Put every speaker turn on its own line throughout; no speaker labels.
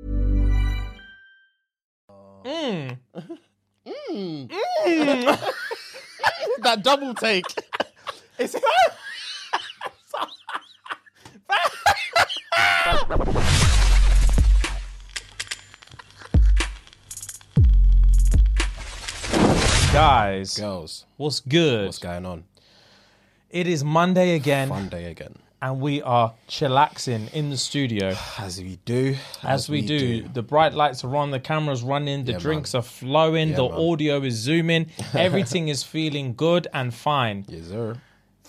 Mm.
that double take. It's
Guys,
girls.
what's good?
What's going on?
It is Monday again,
Fun day again,
and we are chillaxing in the studio.
as we do.
As we do, the bright lights are on, the cameras running, the drinks are flowing, the audio is zooming, everything is feeling good and fine.
Yes, sir.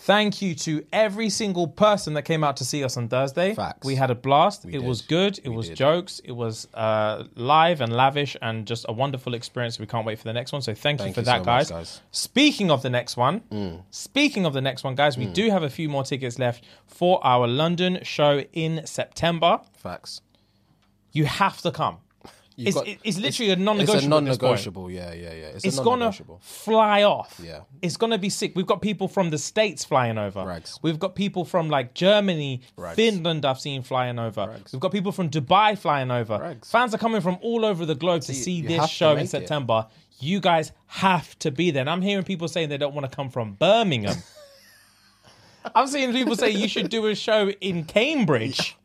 Thank you to every single person that came out to see us on Thursday.
Facts.
We had a blast. it
did.
was good. It was jokes. It was uh, live and lavish and just a wonderful experience. We can't wait for the next one. So thank, you
Thank
for
you
that,
so much,
guys.
guys. Mm.
Speaking of the next one, speaking of the next one, guys, we do have a few more tickets left for our London show in September.
Facts.
You have to come.
You've
It's- it- it's literally a non-negotiable
It's
at
a
this point.
non-negotiable. Yeah, yeah, yeah. It's,
It's
a
gonna
non-negotiable.
fly off.
Yeah.
It's gonna be sick. We've got people from the States flying over.
Rags.
We've got people from like Germany,
Rags.
Finland I've seen flying over. We've got people from Dubai flying over.
Rags.
Fans are coming from all over the globe to
See,
see
you
this
have to
show
make
in
it.
September. You guys have to be there. And I'm hearing people saying they don't want to come from Birmingham. I'm seeing people say you should do a show in Cambridge.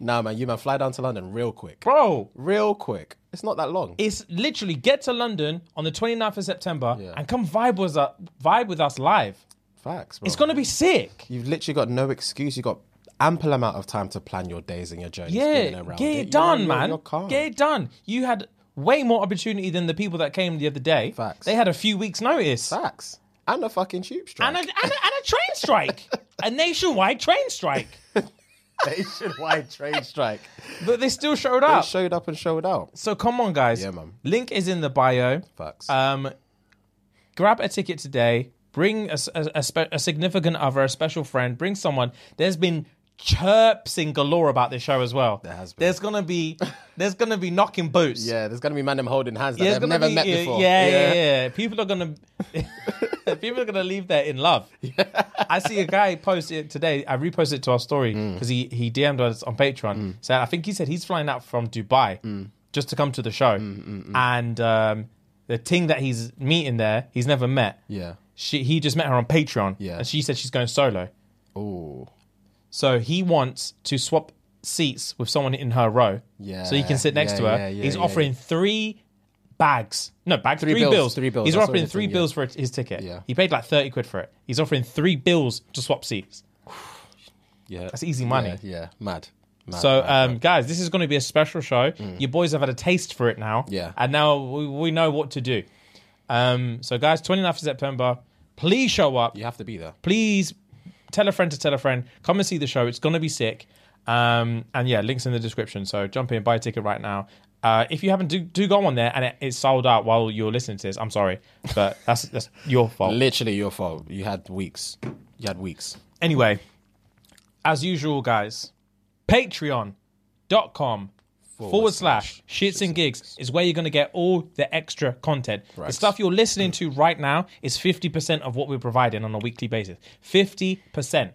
Nah, man. You man, fly down to London real quick.
Bro,
Real quick. It's not that long.
it's literally get to London on the 29th of September
Yeah.
and come vibe with us, vibe with us live.
Facts. Bro.
It's gonna be sick.
You've literally got no excuse. You've got ample amount of time to plan your days and your journeys. in
Yeah,
and around
get
it.
it
You
done,
know, you're-
man.
You're calm.
Get it done. You had way more opportunity than the people that came the other day.
Facts.
They had a few weeks' notice
Facts. And a fucking tube strike.
and a, and, a, and a train strike, a nationwide train strike.
nationwide trade strike.
But they still showed
They
up.
showed up and showed out.
so come on, guys.
Yeah, man.
Link is in the bio.
Facts.
Um, grab a ticket today. Bring a, s- a- a spe- a significant other, a special friend. Bring someone. There's been chirps in galore about this show as well. There
has been.
There's gonna be. There's gonna be knocking boots.
yeah, there's gonna be man them holding hands that
Yeah, it's
they've
gonna
never
be-
met
yeah,
before.
Yeah, yeah, yeah. People are gonna people are gonna leave there in love. I see a guy post it today. I reposted it to our story
Mm.
because he he DM'd us on Patreon. Saying I think he said he's flying out from Dubai
Mm.
just to come to the show, and um, the ting that he's meeting there, he's never met.
Yeah.
She he just met her on Patreon.
Yeah.
and she said she's going solo.
Ooh.
So he wants to swap seats with someone in her row.
Yeah,
So he can sit next
yeah,
to her.
yeah, yeah,
He's
yeah,
offering three bags. No, bags, three,
bills,
bills,
three bills,
He's
that's
offering
what
three
it is,
bills for his ticket.
Yeah.
He paid like 30 quid for it. He's offering three bills to swap seats.
Yeah.
That's easy money.
Yeah, yeah. Mad. Mad.
So,
mad,
um,
mad.
guys, this is going to be a special show. Your boys have had a taste for it now.
Mm. Yeah.
And now we, we know what to do. Um, so, guys, 29th of September, please show up
you have to be there.
please tell a friend to tell a friend. Come and see the show. It's gonna be sick. Um, and yeah, links in the description. So jump in, buy a ticket right now. Uh, if you haven't, do, do go on there, and it, it's sold out while you're listening to this. I'm sorry, but that's that's your fault.
Literally your fault. You had weeks. You had weeks.
Anyway, as usual, guys, Patreon.com. Forward slash shits and gigs is where you're going to get all the extra content. The stuff you're listening to right now is 50% of what we're providing on a weekly basis. 50%.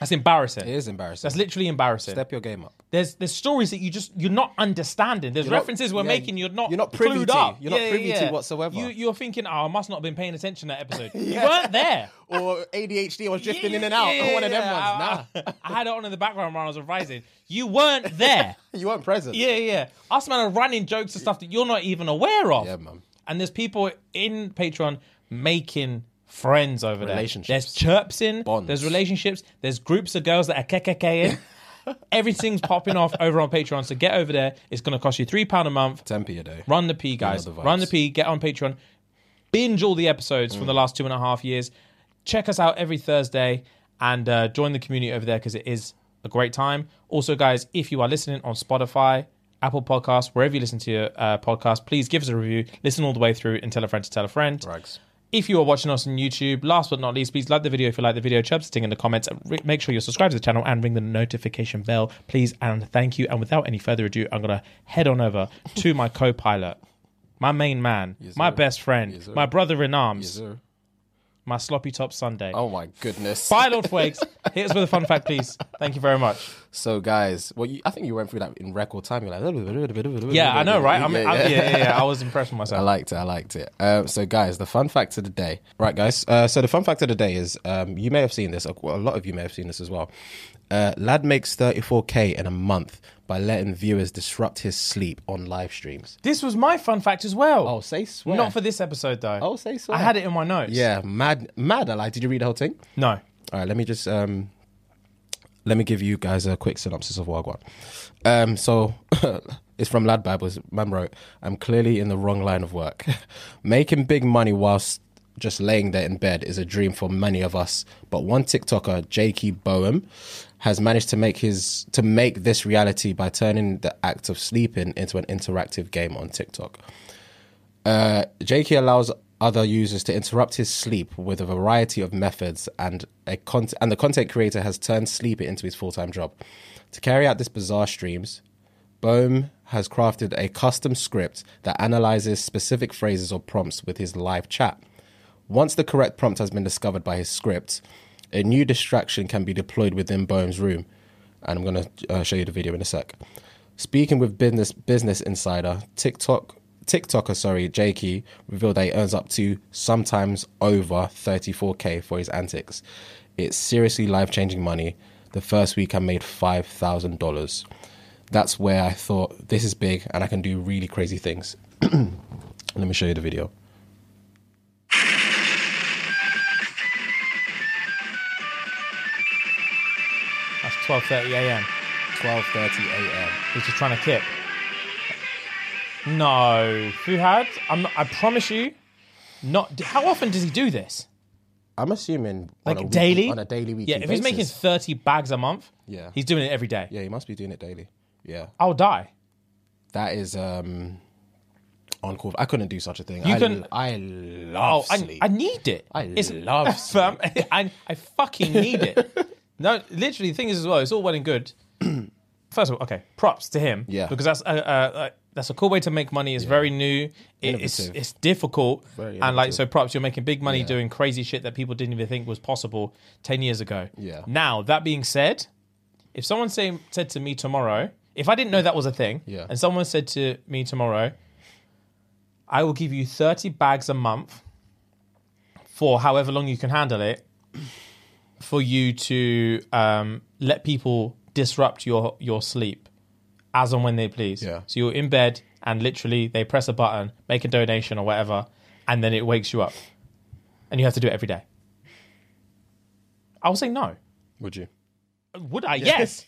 That's embarrassing.
It is embarrassing.
That's literally embarrassing.
Step your game up.
There's there's stories that you just you're not understanding. There's
not-
references we're
yeah,
making. You're not
you're not privy
clued
to.
up.
You're not privy to whatsoever.
You, you're thinking, oh, I must not have been paying attention that episode. You weren't there.
Or ADHD was drifting
Yeah,
in and out.
yeah,
One of them
yeah,
ones. Nah.
I, I- I had it on in the background when I was revising. You weren't there.
You weren't present.
yeah, yeah. Us man are running jokes and stuff that you're not even aware of.
Yeah, man.
And there's people in Patreon making friends over there.
Relationships.
There's chirps in.
Bonds.
There's relationships. There's groups of girls that are KKK in. Everything's popping off over on Patreon. So get over there. It's going to cost you £3 a month.
Tempe a day.
Run the P, guys.
the vibes.
Run the P. Get on Patreon. Binge all the episodes from the last two and a half years. Check us out every Thursday and uh, join the community over there because it is a great time. Also, guys, if you are listening on Spotify, Apple Podcasts, wherever you listen to your uh, podcast, please give us a review. Listen all the way through and tell a friend to tell a friend.
Rags.
If you are watching us on YouTube, last but not least, please like the video if you like the video. Chirp sitting in the comments. Re- Make sure you're subscribed to the channel and ring the notification bell, please. And thank you. And without any further ado, I'm going to head on over to my co pilot, my main man, my
sir.
best friend,
Yes, sir.
my brother in arms,
Zero.
my sloppy top Sunday.
Oh my goodness.
Bye, Lord Flakes. Hit us with a fun fact, please. Thank you very much.
So, guys, well, you, I think you went through that in record time. You're like,
Yeah, I know, right? I mean, I, yeah, yeah, yeah. I was impressed with myself.
I liked it. I liked it. Um, so, guys, the fun fact of the day, right, guys? Uh, so, the fun fact of the day is um, you may have seen this. Well, a lot of you may have seen this as well. Uh, lad makes 34k in a month by letting viewers disrupt his sleep on live streams.
This was my fun fact as well.
Oh, say swear.
Not for this episode though.
Oh, say swear.
I had it in my notes.
Yeah, mad, mad. I like. Did you read the whole thing?
No.
All right, let me just um, let me give you guys a quick synopsis of Wagwan. Um, so it's from Lad Bibles. Man wrote, "I'm clearly in the wrong line of work. Making big money whilst just laying there in bed is a dream for many of us. But one TikToker, Jakey Boehm, has managed to make his to make this reality by turning the act of sleeping into an interactive game on TikTok." Jakey allows other users to interrupt his sleep with a variety of methods, and a con- and the content creator has turned sleep into his full time job. To carry out this bizarre streams, Bohm has crafted a custom script that analyzes specific phrases or prompts with his live chat. Once the correct prompt has been discovered by his script, a new distraction can be deployed within Boehm's room. And I'm going to uh, show you the video in a sec. Speaking with business Business Insider, TikTok TikToker, sorry, Jakey revealed that he earns up to sometimes over 34k for his antics. It's seriously life changing money. The first week I made five thousand dollars. That's where I thought this is big and I can do really crazy things. Let me show you the video.
That's twelve thirty AM.
12:30 a.m.
He's just trying to kip. No. Fuhad, I'm not, I promise you, not how often does he do this?
I'm assuming on
Like
a weekly-
daily?
on a daily weekly.
Yeah, if he's
basis.
making thirty bags a month,
Yeah.
he's doing it every day.
yeah, he must be doing it daily. Yeah,
I'll die.
that is um on call. I couldn't do such a thing.
You
I,
couldn't-
I
Oh,
love
I,
sleep.
I need it.
I love
fam, I, I fucking need it. no, literally, the thing is as well, it's all well and good. First of all, okay, props to him.
Yeah.
Because that's a, a, a, that's a cool way to make money. It's very new. It, it's
Innovative.
it's difficult.
Very
and like
innovative.
so, props. You're making big money
Yeah.
doing crazy shit that people didn't even think was possible ten years ago.
Yeah.
Now that being said, if someone say, said to me tomorrow, if I didn't know that was a thing,
Yeah.
and someone said to me tomorrow, I will give you 30 bags a month for however long you can handle it for you to um, let people disrupt your, your sleep as and when they please.
Yeah.
So you're in bed and literally they press a button, make a donation or whatever, and then it wakes you up. And you have to do it every day. I will say no.
Would you?
Would
Uh,
I? Yes.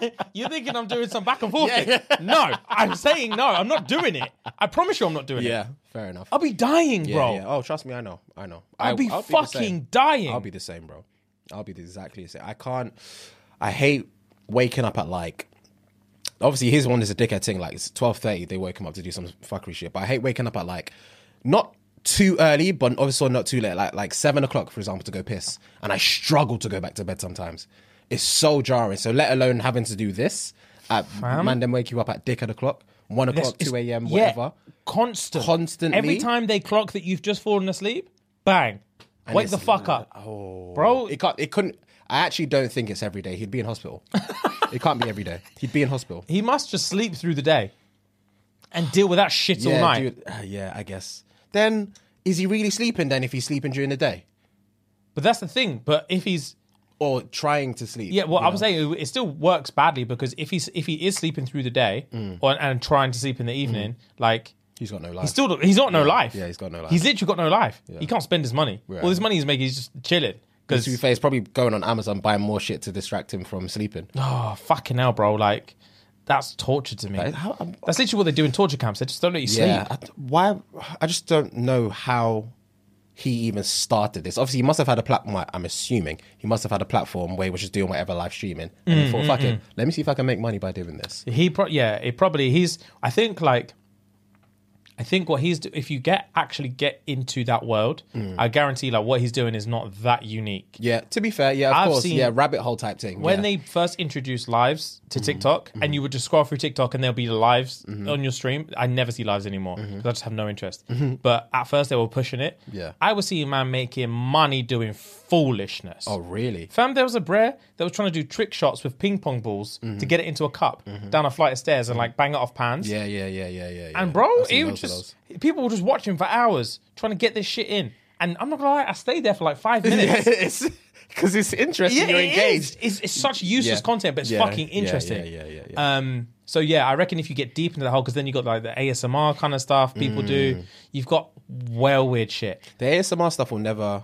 You're thinking I'm doing some back and forth. thing. No, I'm saying no. I'm not doing it. I promise you, I'm not doing it.
Yeah, fair enough.
I'll be dying,
yeah,
bro.
yeah. Oh, trust me, I know. I know.
I'll be
I'll the
fucking
same.
dying.
I'll be the same, bro. I'll be the- exactly the same. I can't. I hate waking up at like. Obviously, his one is a dickhead thing. Like it's twelve thirty, they woke him up to do some fuckery shit. But I hate waking up at like, not too early, but obviously not too late. Like like seven o'clock, for example, to go piss, and I struggle to go back to bed sometimes. It's so jarring. So let alone having to do this at man, then wake you up at dickhead o'clock, one
This
o'clock,
is-
two a.m.,
yeah,
whatever.
constant.
Constantly.
Every time they clock that you've just fallen asleep, bang. Wake the
it's oh.
fuck up. Bro,
It can't. It couldn't. I actually don't think it's every day. He'd be in hospital. it can't be every day. He'd be in hospital.
he must just sleep through the day and deal with that shit all night.
dude. Uh, yeah, I guess. Then is he really sleeping? Then if he's sleeping during the day
But that's the thing. But if he's
or trying to sleep?
Yeah, well,
you
I was
know?
saying it- it still works badly because if he's if he is sleeping through the day
Mm.
or, and trying to sleep in the evening, like
he's got no life.
he's still he's got no life.
Mm. Yeah, he's got no life.
He's literally got no life. He can't spend his money.
Yeah.
All his money he's making, he's just chilling.
to be
Because
fair, he's probably going on Amazon buying more shit to distract him from sleeping.
oh fucking hell, bro, like that's torture to me.
how- I'm-
that's literally what they do in torture camps. They just don't let you
Yeah.
sleep.
I, why? I just don't know how he even started this. Obviously, he must have had a platform. I'm assuming he must have had a platform where he was just doing whatever live streaming, and he thought, "Fuck it, let me see if I can make money by doing this."
He pro- yeah, it probably he's. I think like, I think what he's do- if you get actually get into that world,
Mm.
I guarantee like what he's doing is not that unique.
Yeah, to be fair, yeah, of
I've
course,
seen-
yeah, rabbit hole type thing.
When
yeah. Mm-hmm.
they first introduced lives to TikTok, and you would just scroll through TikTok, and there'll be lives on your stream. I never see lives anymore because I just have no interest. But at first, they were pushing it.
Mm-hmm. Yeah.
I was seeing man making money doing foolishness.
oh really?
Fam, there was a brer that was trying to do trick shots with ping pong balls to get it into a cup down a flight of stairs and like bang it off pans.
Mm-hmm. Yeah, yeah, yeah, yeah, yeah. yeah.
And bro,
I've seen
it was
loads of
just
those.
people were just watching for hours trying to get this shit in. And I'm not gonna lie, I stayed there for like five minutes.
it's because it's interesting.
Yeah,
you're
it
engaged.
is. It's, it's such useless
Yeah.
content, but it's
Yeah,
fucking
yeah, yeah,
interesting.
yeah, yeah, yeah.
Um, so yeah, I reckon if you get deep into the whole, because then you got like the ASMR kind of stuff people
Mm.
do. You've got well weird shit.
The ASMR stuff will never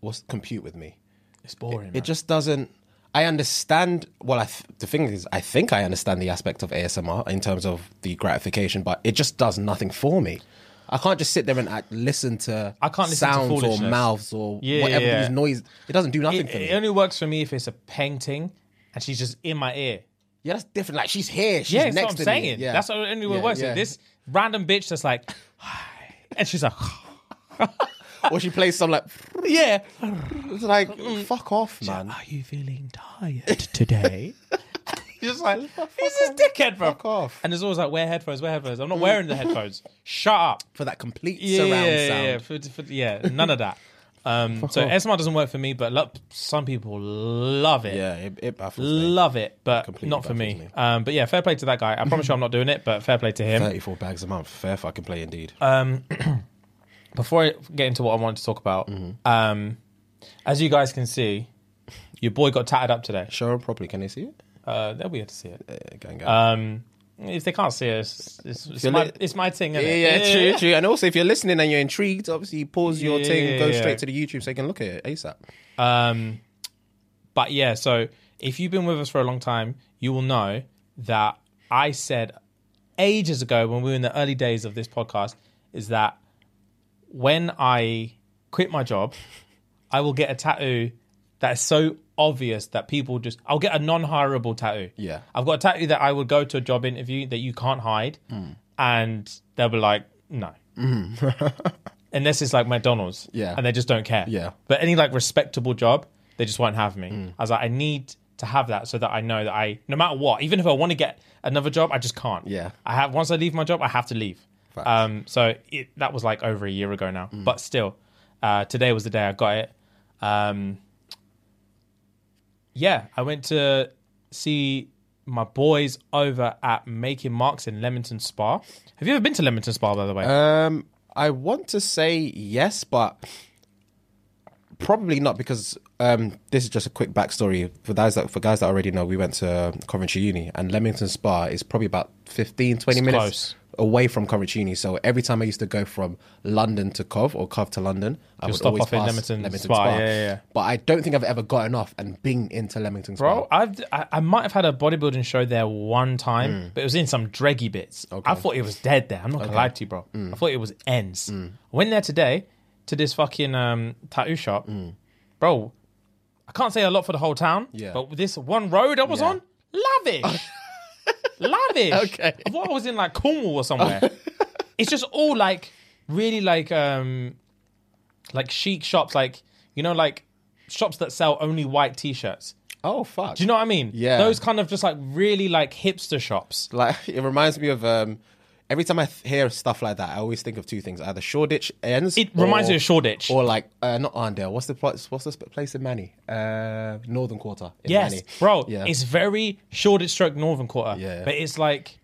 was compute with me.
It's boring.
It just doesn't. I understand. Well, I th- the thing is, I think I understand the aspect of ASMR in terms of the gratification, but it just does nothing for me. I can't just sit there and act, listen to
I can't listen to
sounds or
foolishness.
mouths or
Yeah,
whatever
yeah, yeah.
these noise. It doesn't do nothing
it,
for me.
it only works for me if it's a painting and she's just in my ear.
yeah, that's different. Like she's here. She's
yeah, that's
next
what I'm
to
saying.
me. Yeah,
That's what only way
Yeah,
it works.
yeah.
This random bitch that's like, "Hi," and she's like,
or she plays some like.
yeah.
It's like fuck off, man.
Are you feeling tired today?
She's just like
He's this dickhead, bro.
Fuck off.
And it's always like, wear headphones, wear headphones. I'm not wearing the headphones. Shut up.
for that complete
Yeah,
surround
yeah,
sound.
yeah, for- for- yeah, none of that. Um, so
off.
SMR doesn't work for me, but lo- some people love it.
Yeah, it, it baffles me.
Love it, but
Completely
not for me.
baffles me.
Um, but yeah, fair play to that guy. I promise you, I'm not doing it, but fair play to him.
Thirty-four bags a month, fair fucking play indeed.
Uh, before I get into what I wanted to talk about,
Mm-hmm.
um, as you guys can see, your boy got tatted up today.
Show him properly. Can they see it?
Uh, they'll be able to see it.
Yeah, go and go.
Um, if they can't see us, it's, it's,
Feel
my,
it?
it's my thing,
yeah,
isn't it?
yeah, true, true. And also, if you're listening and you're intrigued, obviously pause your
Yeah,
thing,
yeah,
go
yeah.
straight to the YouTube so you can look at it ASAP.
Um, but yeah, so if you've been with us for a long time, you will know that I said ages ago when we were in the early days of this podcast is that when I quit my job, I will get a tattoo that is so obvious that people just I'll get a non-hireable tattoo.
Yeah.
I've got a tattoo that I would go to a job interview that you can't hide
Hmm.
and they'll be like, no. Unless it's like McDonald's.
Yeah.
And they just don't care.
Yeah. Mm.
But any like respectable job, they just won't have me. I was like, I need to have that so that I know that I, no matter what, even if I want to get another job, I just can't.
Yeah.
I have once I leave my job, I have to leave.
Facts. Mm.
Um, so it, that was like over a year ago now, but still, uh, today was the day I got it. Um, yeah, I went to see my boys over at Making Marks in Leamington Spa. Have you ever been to Leamington Spa, by the way?
Um, I want to say yes, but probably not because um, this is just a quick backstory for guys that for guys that already know. We went to Coventry Uni, and Leamington Spa is probably about 15, 20
It's
minutes
close.
away from Coventry Uni. So every time I used to go from London to Cov or Cov to London, I would
stop
always
off in
pass
Leamington Spa, yeah, yeah, yeah.
But I don't think I've ever gotten off and been into Leamington Spa.
Bro, I've, I I might have had a bodybuilding show there one time,
Mm.
but it was in some dreggy bits. I thought it was dead there. I'm not gonna lie to you, bro. I
Mm.
thought it was ends. I went there today to this fucking um, tattoo shop, bro. I can't say a lot for the whole town,
Mm. Yeah.
but this one road I was on, lavish, lavish.
Okay.
I thought I was in like Cornwall or somewhere. it's just all like really like um like chic shops, like you know, like shops that sell only white t-shirts.
Oh fuck!
Do you know what I mean?
Yeah.
Those kind of just like really like hipster shops.
Like it reminds me of um, every time I th- hear stuff like that, I always think of two things: either Shoreditch ends.
It reminds
or-
me of Shoreditch.
or like uh, not Arndale. What's the place? What's the sp- place in Manny? Uh, Northern Quarter. In
yes,
Manny.
bro.
Yeah.
It's very Shoreditch stroke Northern Quarter.
Yeah.
But it's like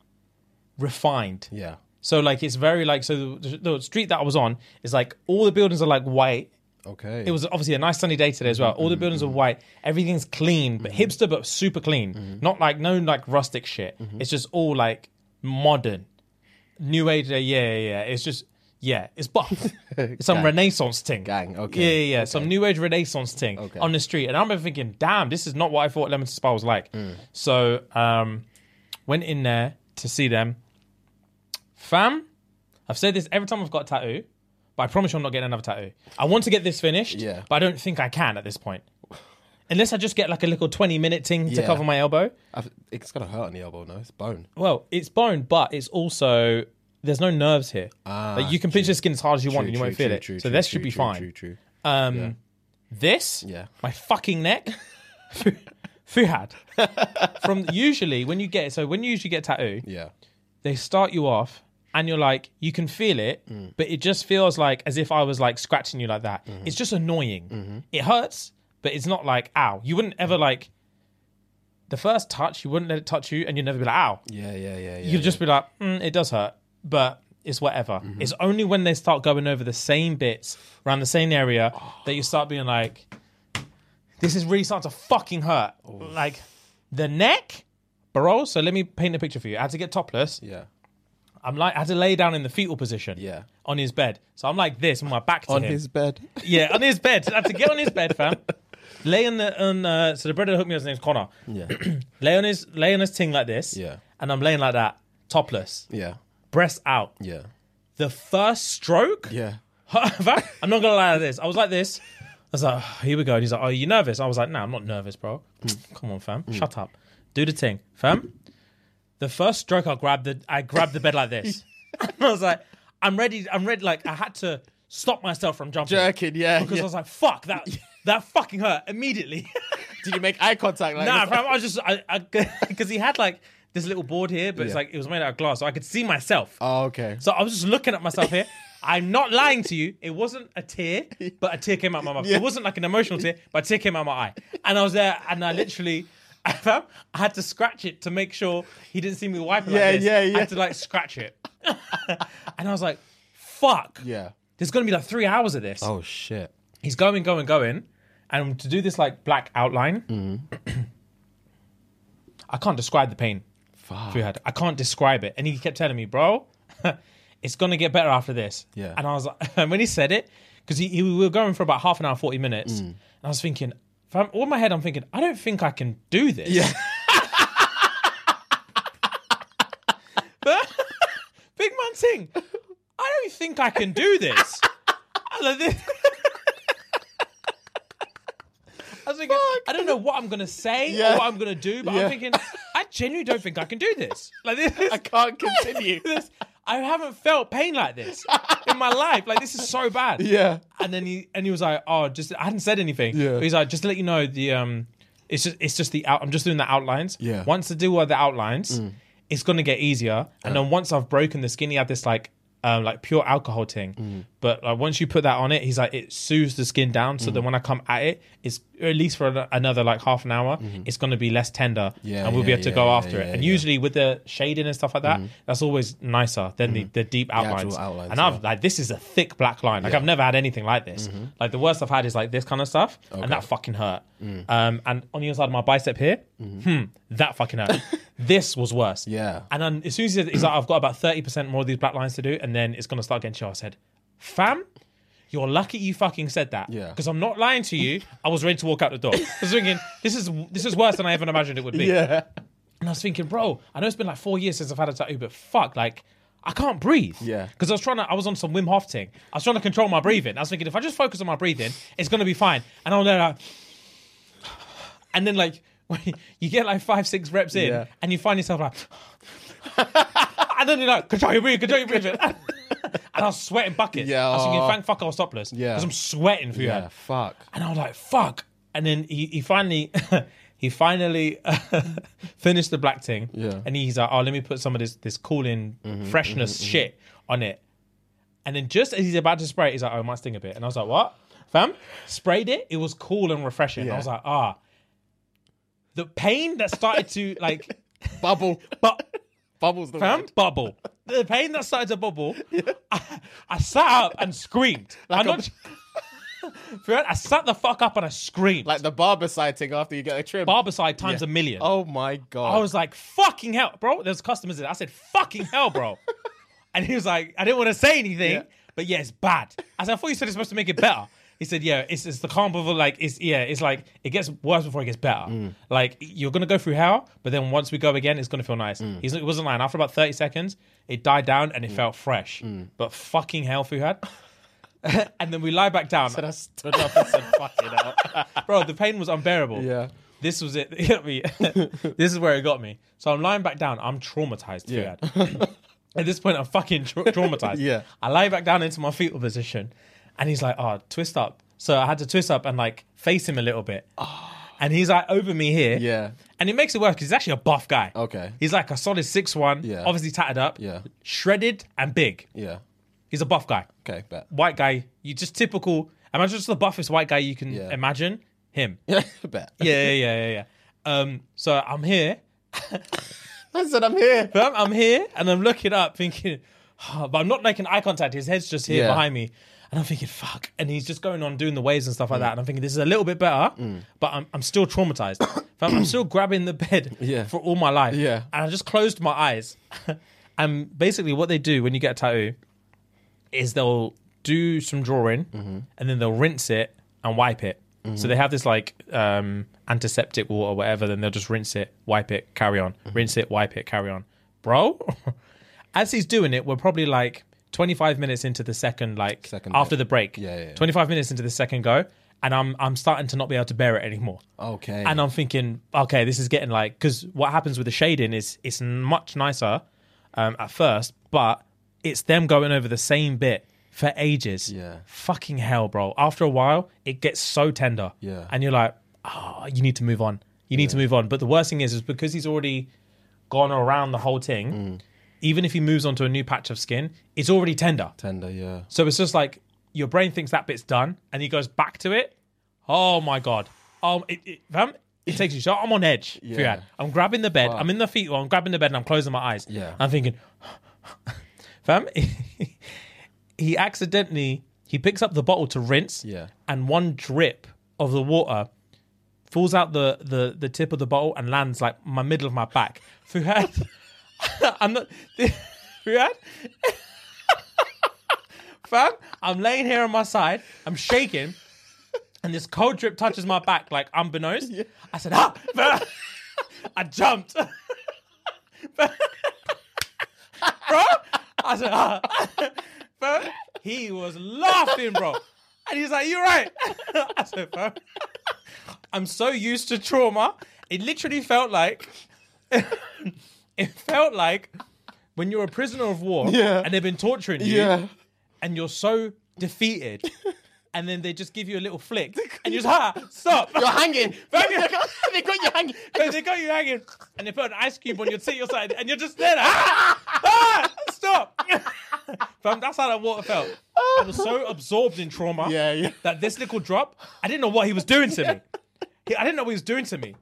refined.
yeah.
So like it's very like so the, the street that I was on is like all the buildings are like white.
Okay.
It was obviously a nice sunny day today as well.
Mm-hmm.
All the buildings are white. Everything's clean, but hipster, but super clean.
Mm-hmm.
Not like no like rustic shit. It's just all like modern, new age. Yeah, yeah, yeah. It's just yeah, it's buff. it's some
Gang.
Renaissance thing.
Gang, okay.
Yeah, yeah, yeah. Some new age Renaissance thing
Okay.
on the street. And I remember thinking, damn, this is not what I thought Lemon Spa was like.
Mm.
So um, went in there to see them. Fam, I've said this every time I've got a tattoo, But I promise you I'm not getting another tattoo. I want to get this finished,
Yeah.
but I don't think I can at this point. Unless I just get like a little 20 minute thing to
Yeah.
cover my elbow.
I've, it's gonna hurt on the elbow, no? It's bone.
Well, it's bone, but it's also there's no nerves here.
Ah,
like you can pinch your skin as hard as you want and you won't feel it. so this should be fine.
True, true.
Um, This,
Yeah.
my fucking neck, Fuhad. From usually when you get so when you usually get a tattoo,
Yeah.
they start you off and you're like you can feel it,
Mm.
but it just feels like as if I was like scratching you like that.
Mm-hmm.
It's just annoying. It hurts, but it's not like ow. You wouldn't ever
Mm-hmm.
like the first touch. You wouldn't let it touch you, and you'd never be like ow
Yeah, yeah, yeah, Mm-hmm. yeah.
you'll just be like, mm, it does hurt, but it's whatever. It's only when they start going over the same bits around the same area
Oh.
that you start being like, this is really starting to fucking hurt. Like the neck, bro. So let me paint a picture for you. I had to get topless.
yeah.
I'm like, I had to lay down in the fetal position.
Yeah.
On his bed. So I'm like this with my back to
On
him.
his bed.
Yeah, on his bed. I had to get on his bed, fam. Lay on the on uh, so the brother that hooked me up, his name's Connor.
Yeah.
Lay on his lay on his ting like this.
Yeah.
And I'm laying like that, topless,
yeah.
breasts out.
Yeah.
The first stroke.
Yeah.
I'm not gonna lie to this. I was like this. I was like, "Oh, here we go. And he's like, Are you nervous? I was like, No, I'm not nervous, bro. Hmm. Come on,
Hmm.
fam. Shut up. Do the thing, fam. The first stroke I grabbed the I grabbed the bed like this. and I was like, I'm ready, I'm ready, like I had to stop myself from jumping.
Jerking, yeah.
Because
yeah.
I was like, fuck, that that fucking hurt immediately.
Did you make eye contact like
nah,
this?
fam, I was just I because he had like this little board here, but it's
Yeah.
like it was made out of glass, so I could see myself.
Oh, okay.
So I was just looking at myself here. I'm not lying to you. It wasn't a tear, but a tear came out my mouth. It wasn't like an emotional tear, but a tear came out my eye. And I was there, and I literally, I had to scratch it to make sure he didn't see me wiping
Yeah,
like this.
yeah,
I
yeah.
had to like scratch it, and I was like, "Fuck."
yeah.
There's gonna be like three hours of this.
Oh shit.
He's going, going, going, and to do this like black outline.
Mm.
I can't describe the pain.
Fuck.
We had. I can't describe it. And he kept telling me, bro, it's gonna get better after this.
Yeah.
And I was like, and when he said it, because he, he- we were going for about half an hour, forty minutes,
Mm.
and I was thinking, from all my head, I'm thinking, I don't think I can do this. Yeah. Big man Ting, I don't think I can do this. I was like, this- I was thinking, I don't know what I'm gonna say
Yeah.
or what I'm gonna do, but
Yeah.
I'm thinking, I genuinely don't think I can do this. Like this,
I can't continue.
this- I haven't felt pain like this in my life. Like this is so bad.
yeah.
And then he and he was like, "Oh, just I hadn't said anything."
Yeah.
But he's like, "Just to let you know, the um, it's just it's just the out. I'm just doing the outlines.
Yeah. Mm.
Once I do all the outlines, it's gonna get easier. And then once I've broken the skin, he had this like um like pure alcohol thing.
Mm.
But like once you put that on it, he's like it soothes the skin down.
Mm.
So that when I come at it, it's or at least for an- another like half an hour, it's gonna be less tender.
Mm-hmm. Yeah,
And we'll be
yeah,
able to
yeah,
go
yeah,
after it.
yeah,
And
yeah. Mm.
usually with the shading and stuff like that, that's always nicer than the, the deep outlines.
Mm-hmm. outlines,
and I've like this is a thick black line. Like I've never had anything like this.
Mm-hmm.
Like the worst I've had is like this kind of stuff, and that fucking hurt.
Mm.
Um, and on the inside of my bicep here, hmm, that fucking hurt. this was worse.
Mm-hmm. Yeah.
And then as soon as he said, he's like, I've got about thirty percent more of these black lines to do, and then it's gonna start getting chill. I said, fam. You're lucky you fucking said that.
Yeah.
Because I'm not lying to you. I was ready to walk out the door. I was thinking, this is this is worse than I even imagined it would be.
Yeah.
And I was thinking, bro, I know it's been like four years since I've had a tattoo, but fuck, like, I can't breathe.
Yeah.
Because I was trying to, I was on some Wim Hof thing. I was trying to control my breathing. I was thinking, if I just focus on my breathing, it's going to be fine. And I'm there like, and then like, you get like five, six reps in,
Yeah.
and you find yourself like, and then you're like, control your breathing, control your breathing. and I was sweating buckets.
Yeah. oh.
I was thinking, thank fuck I was topless.
Yeah.
Because I'm sweating for
Yeah.
you.
Fuck.
And I was like, fuck. And then he, he finally he finally finished the black thing.
Yeah. Mm-hmm,
And he's like, oh, let me put some of this this cooling freshness shit on it. And then just as he's about to spray it, he's like, oh, it might sting a bit. And I was like, what? Fam? Sprayed it. It was cool and refreshing. I
Yeah.
was like, ah. The pain that started to like
Bubble.
but
Bubble's the
fam
word.
bubble. The pain that started to bubble, I, I sat up and screamed. I'm not Fam, I sat the fuck up and I screamed
Like the barber sighting after you get a trim.
barbicide times
Yeah.
a million.
Oh my god.
I was like, fucking hell, bro. There's customers in. I said, fucking hell, bro. and he was like, I didn't want to say anything,
Yeah.
but yeah, it's bad. I said, I thought you said it's supposed to make it better. He said, yeah, it's, it's the calm of like, it's, yeah, it's like, it gets worse before it gets better.
Mm.
Like, you're going to go through hell, but then once we go again, it's going to feel nice.
Mm.
He's, he wasn't
Mm.
lying. After about 30 seconds, it died down and it felt fresh. But fucking hell, Fuhad. and then we lie back down.
Then I stood up and said, fuck it out.
Bro, the pain was unbearable.
Yeah.
This was it. It got me. this is where it got me. So I'm lying back down. I'm traumatized.
Yeah.
Fiyad. At this point, I'm fucking tra- traumatized.
Yeah.
I lie back down into my fetal position, and he's like, "Oh, twist up." So I had to twist up and like face him a little bit, and he's like over me here.
Ah. Yeah.
And it makes it worse because he's actually a buff guy.
Okay.
He's like a solid six one.
Yeah.
Obviously tatted up.
Yeah.
Shredded and big.
Yeah.
He's a buff guy
Okay, bet.
white guy. You just typical. Imagine just the buffest white guy you can
Yeah.
imagine. Him. Yeah,
bet.
yeah, yeah, yeah. yeah. Um, so I'm here,
I said, I'm here.
but I'm, I'm here, and I'm looking up, thinking, "Ah," but I'm not making eye contact. His head's just here
Yeah.
behind me, and I'm thinking, "Fuck!" And he's just going on doing the waves and stuff
Mm.
like that, and I'm thinking, "This is a little bit better," but I'm, I'm still traumatized. Fam, I'm still grabbing the bed
Yeah.
for all my life.
Yeah.
and I just closed my eyes. and basically, what they do when you get a tattoo is they'll do some drawing
Mm-hmm.
and then they'll rinse it and wipe it. So they have this like um, antiseptic water, or whatever. Then they'll just rinse it, wipe it, carry on,
Mm-hmm.
rinse it, wipe it, carry on, bro. As he's doing it, we're probably like 25 minutes into the second, like
Second
after
bit.
the break.
Yeah, yeah, yeah.
25 minutes into the second go, and I'm I'm starting to not be able to bear it anymore.
Okay.
And I'm thinking, okay, this is getting like because what happens with the shading is it's much nicer um, at first, but it's them going over the same bit for ages.
Yeah.
Fucking hell, bro. After a while, it gets so tender.
Yeah.
And you're like, oh, you need to move on. You need to move on. But the worst thing is, is because he's already gone around the whole thing.
Mm.
Even if he moves onto a new patch of skin, it's already tender.
Tender, yeah.
So it's just like your brain thinks that bit's done, and he goes back to it. Oh my god! Um, it, it, fam, it takes you. So I'm on edge.
Yeah.
Fiyad. I'm grabbing the bed. I'm in the feet. I'm grabbing the bed, and I'm closing my eyes.
Yeah.
I'm thinking, fam. he accidentally he picks up the bottle to rinse.
Yeah.
And one drip of the water falls out the the the tip of the bottle and lands like my middle of my back. Fuhad, I'm not. Fuhad, fam, I'm laying here on my side. I'm shaking, and this cold drip touches my back like unbeknownst. I said, ah, fam. I jumped. bro. I said, ah. bro. He was laughing, bro. And he's like, you're right. I said, bro. I'm so used to trauma. It literally felt like, it felt like when you're a prisoner of war
Yeah.
and they've been torturing you
Yeah.
and you're so defeated. And then they just give you a little flick, and you're just ah, stop.
You're hanging.
Fam,
they got you hanging.
But they got you hanging, and they put an ice cube on your tit, your side, and you're just there. like, Ah! Ah! Stop! Fam, that's how that water felt. I was so absorbed in trauma
Yeah, yeah.
that this little drop, I didn't know what he was doing to me. He- I didn't know what he was doing to me.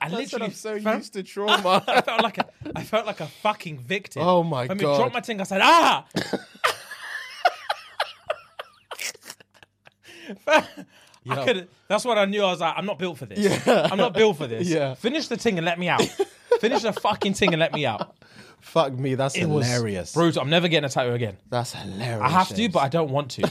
I
I said,
literally
I'm so
fam,
used to trauma.
I felt like a, I felt like a fucking victim.
Oh my
when
God.
When dropped my thing, I said, ah. I could. That's what I knew. I was like, I'm not built for this. I'm not built for this.
Yeah.
Finish the thing and let me out. Finish the fucking thing and let me out.
Fuck me, that's
It was
hilarious.
brutal. I'm never getting a tattoo again.
That's hilarious.
I have to, but I don't want to.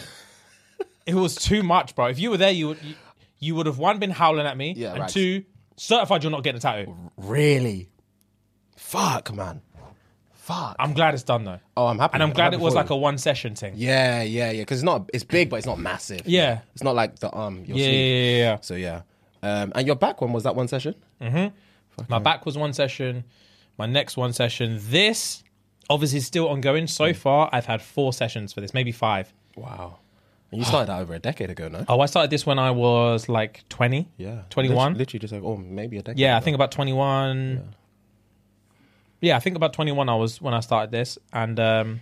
it was too much, bro. If you were there, you would you, you would have one been howling at me,
Yeah,
and
right.
two certified you're not getting a tattoo.
Really? Fuck, man. Fuck.
I'm glad it's done though.
oh, I'm happy.
And I'm glad it was like
a.
a one session thing.
Yeah, yeah, yeah. Because it's not. It's big, but it's not massive.
Yeah.
It's not like the arm. Your
Yeah,
sleeve.
yeah, yeah, yeah.
So yeah. Um, and your back one was that one session?
My back was one session. My next one session. This obviously is still ongoing. So far, I've had four sessions for this, maybe five.
Wow.
Ah.
And you started that over a decade ago, no?
Oh, I started this when I was like 20.
Yeah.
21.
Literally, literally just like, oh, maybe a decade.
yeah, I
ago.
think about 21. Yeah. I think about 21 I was when I started this. And um,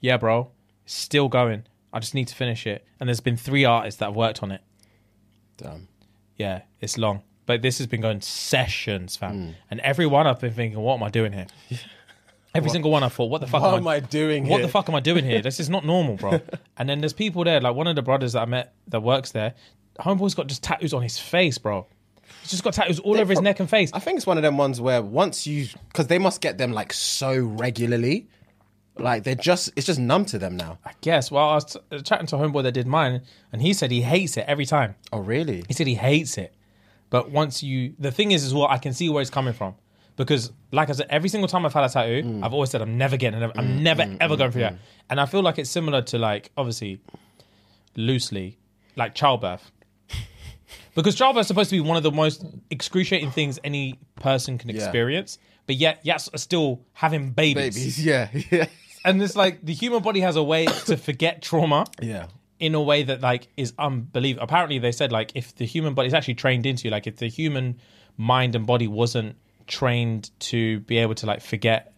yeah, bro, it's still going. I just need to finish it. And there's been three artists that have worked on it.
Damn.
Yeah, it's long. But this has been going sessions, fam.
Hmm.
And every one I've been thinking, what am I doing here? Every single one I thought, what the fuck
What
am
am I doing
What
here?
the fuck am I doing here? This is not normal, bro. and then there's people there, like one of the brothers that I met that works there. Homeboy's got just tattoos on his face, bro. He's just got tattoos all over his
prob-
neck and face.
I think it's one of them ones where once you, because they must get them like so regularly, like they're just, it's just numb to them now.
I guess. Well, I was t- chatting to a homeboy that did mine, and he said he hates it every time.
Oh, really?
He said he hates it. But once you, the thing is, is well, I can see where it's coming from because, like I said, every single time I've had a tattoo, I've always said I'm never getting, another- I'm never ever going through that. And I feel like it's similar to like obviously loosely like childbirth. Because childbirth is supposed to be one of the most excruciating things any person can experience, but yet yes, are still having babies.
Babies, yeah, yeah,
And it's like the human body has a way to forget trauma
yeah.
in a way that like is unbelievable. Apparently, they said like if the human body is actually trained into like if the human mind and body wasn't trained to be able to like forget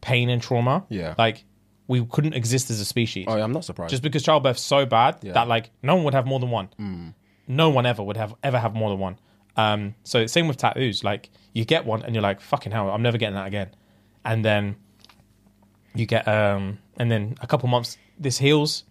pain and trauma,
Yeah.
like we couldn't exist as a species.
Oh, yeah, I'm not surprised.
Just because childbirth's so bad that like no one would have more than one.
Mm.
No one ever would have ever have more than one. Um, so same with tattoos. Like you get one and you're like fucking hell, I'm never getting that again. And then you get um, and then a couple months this heals,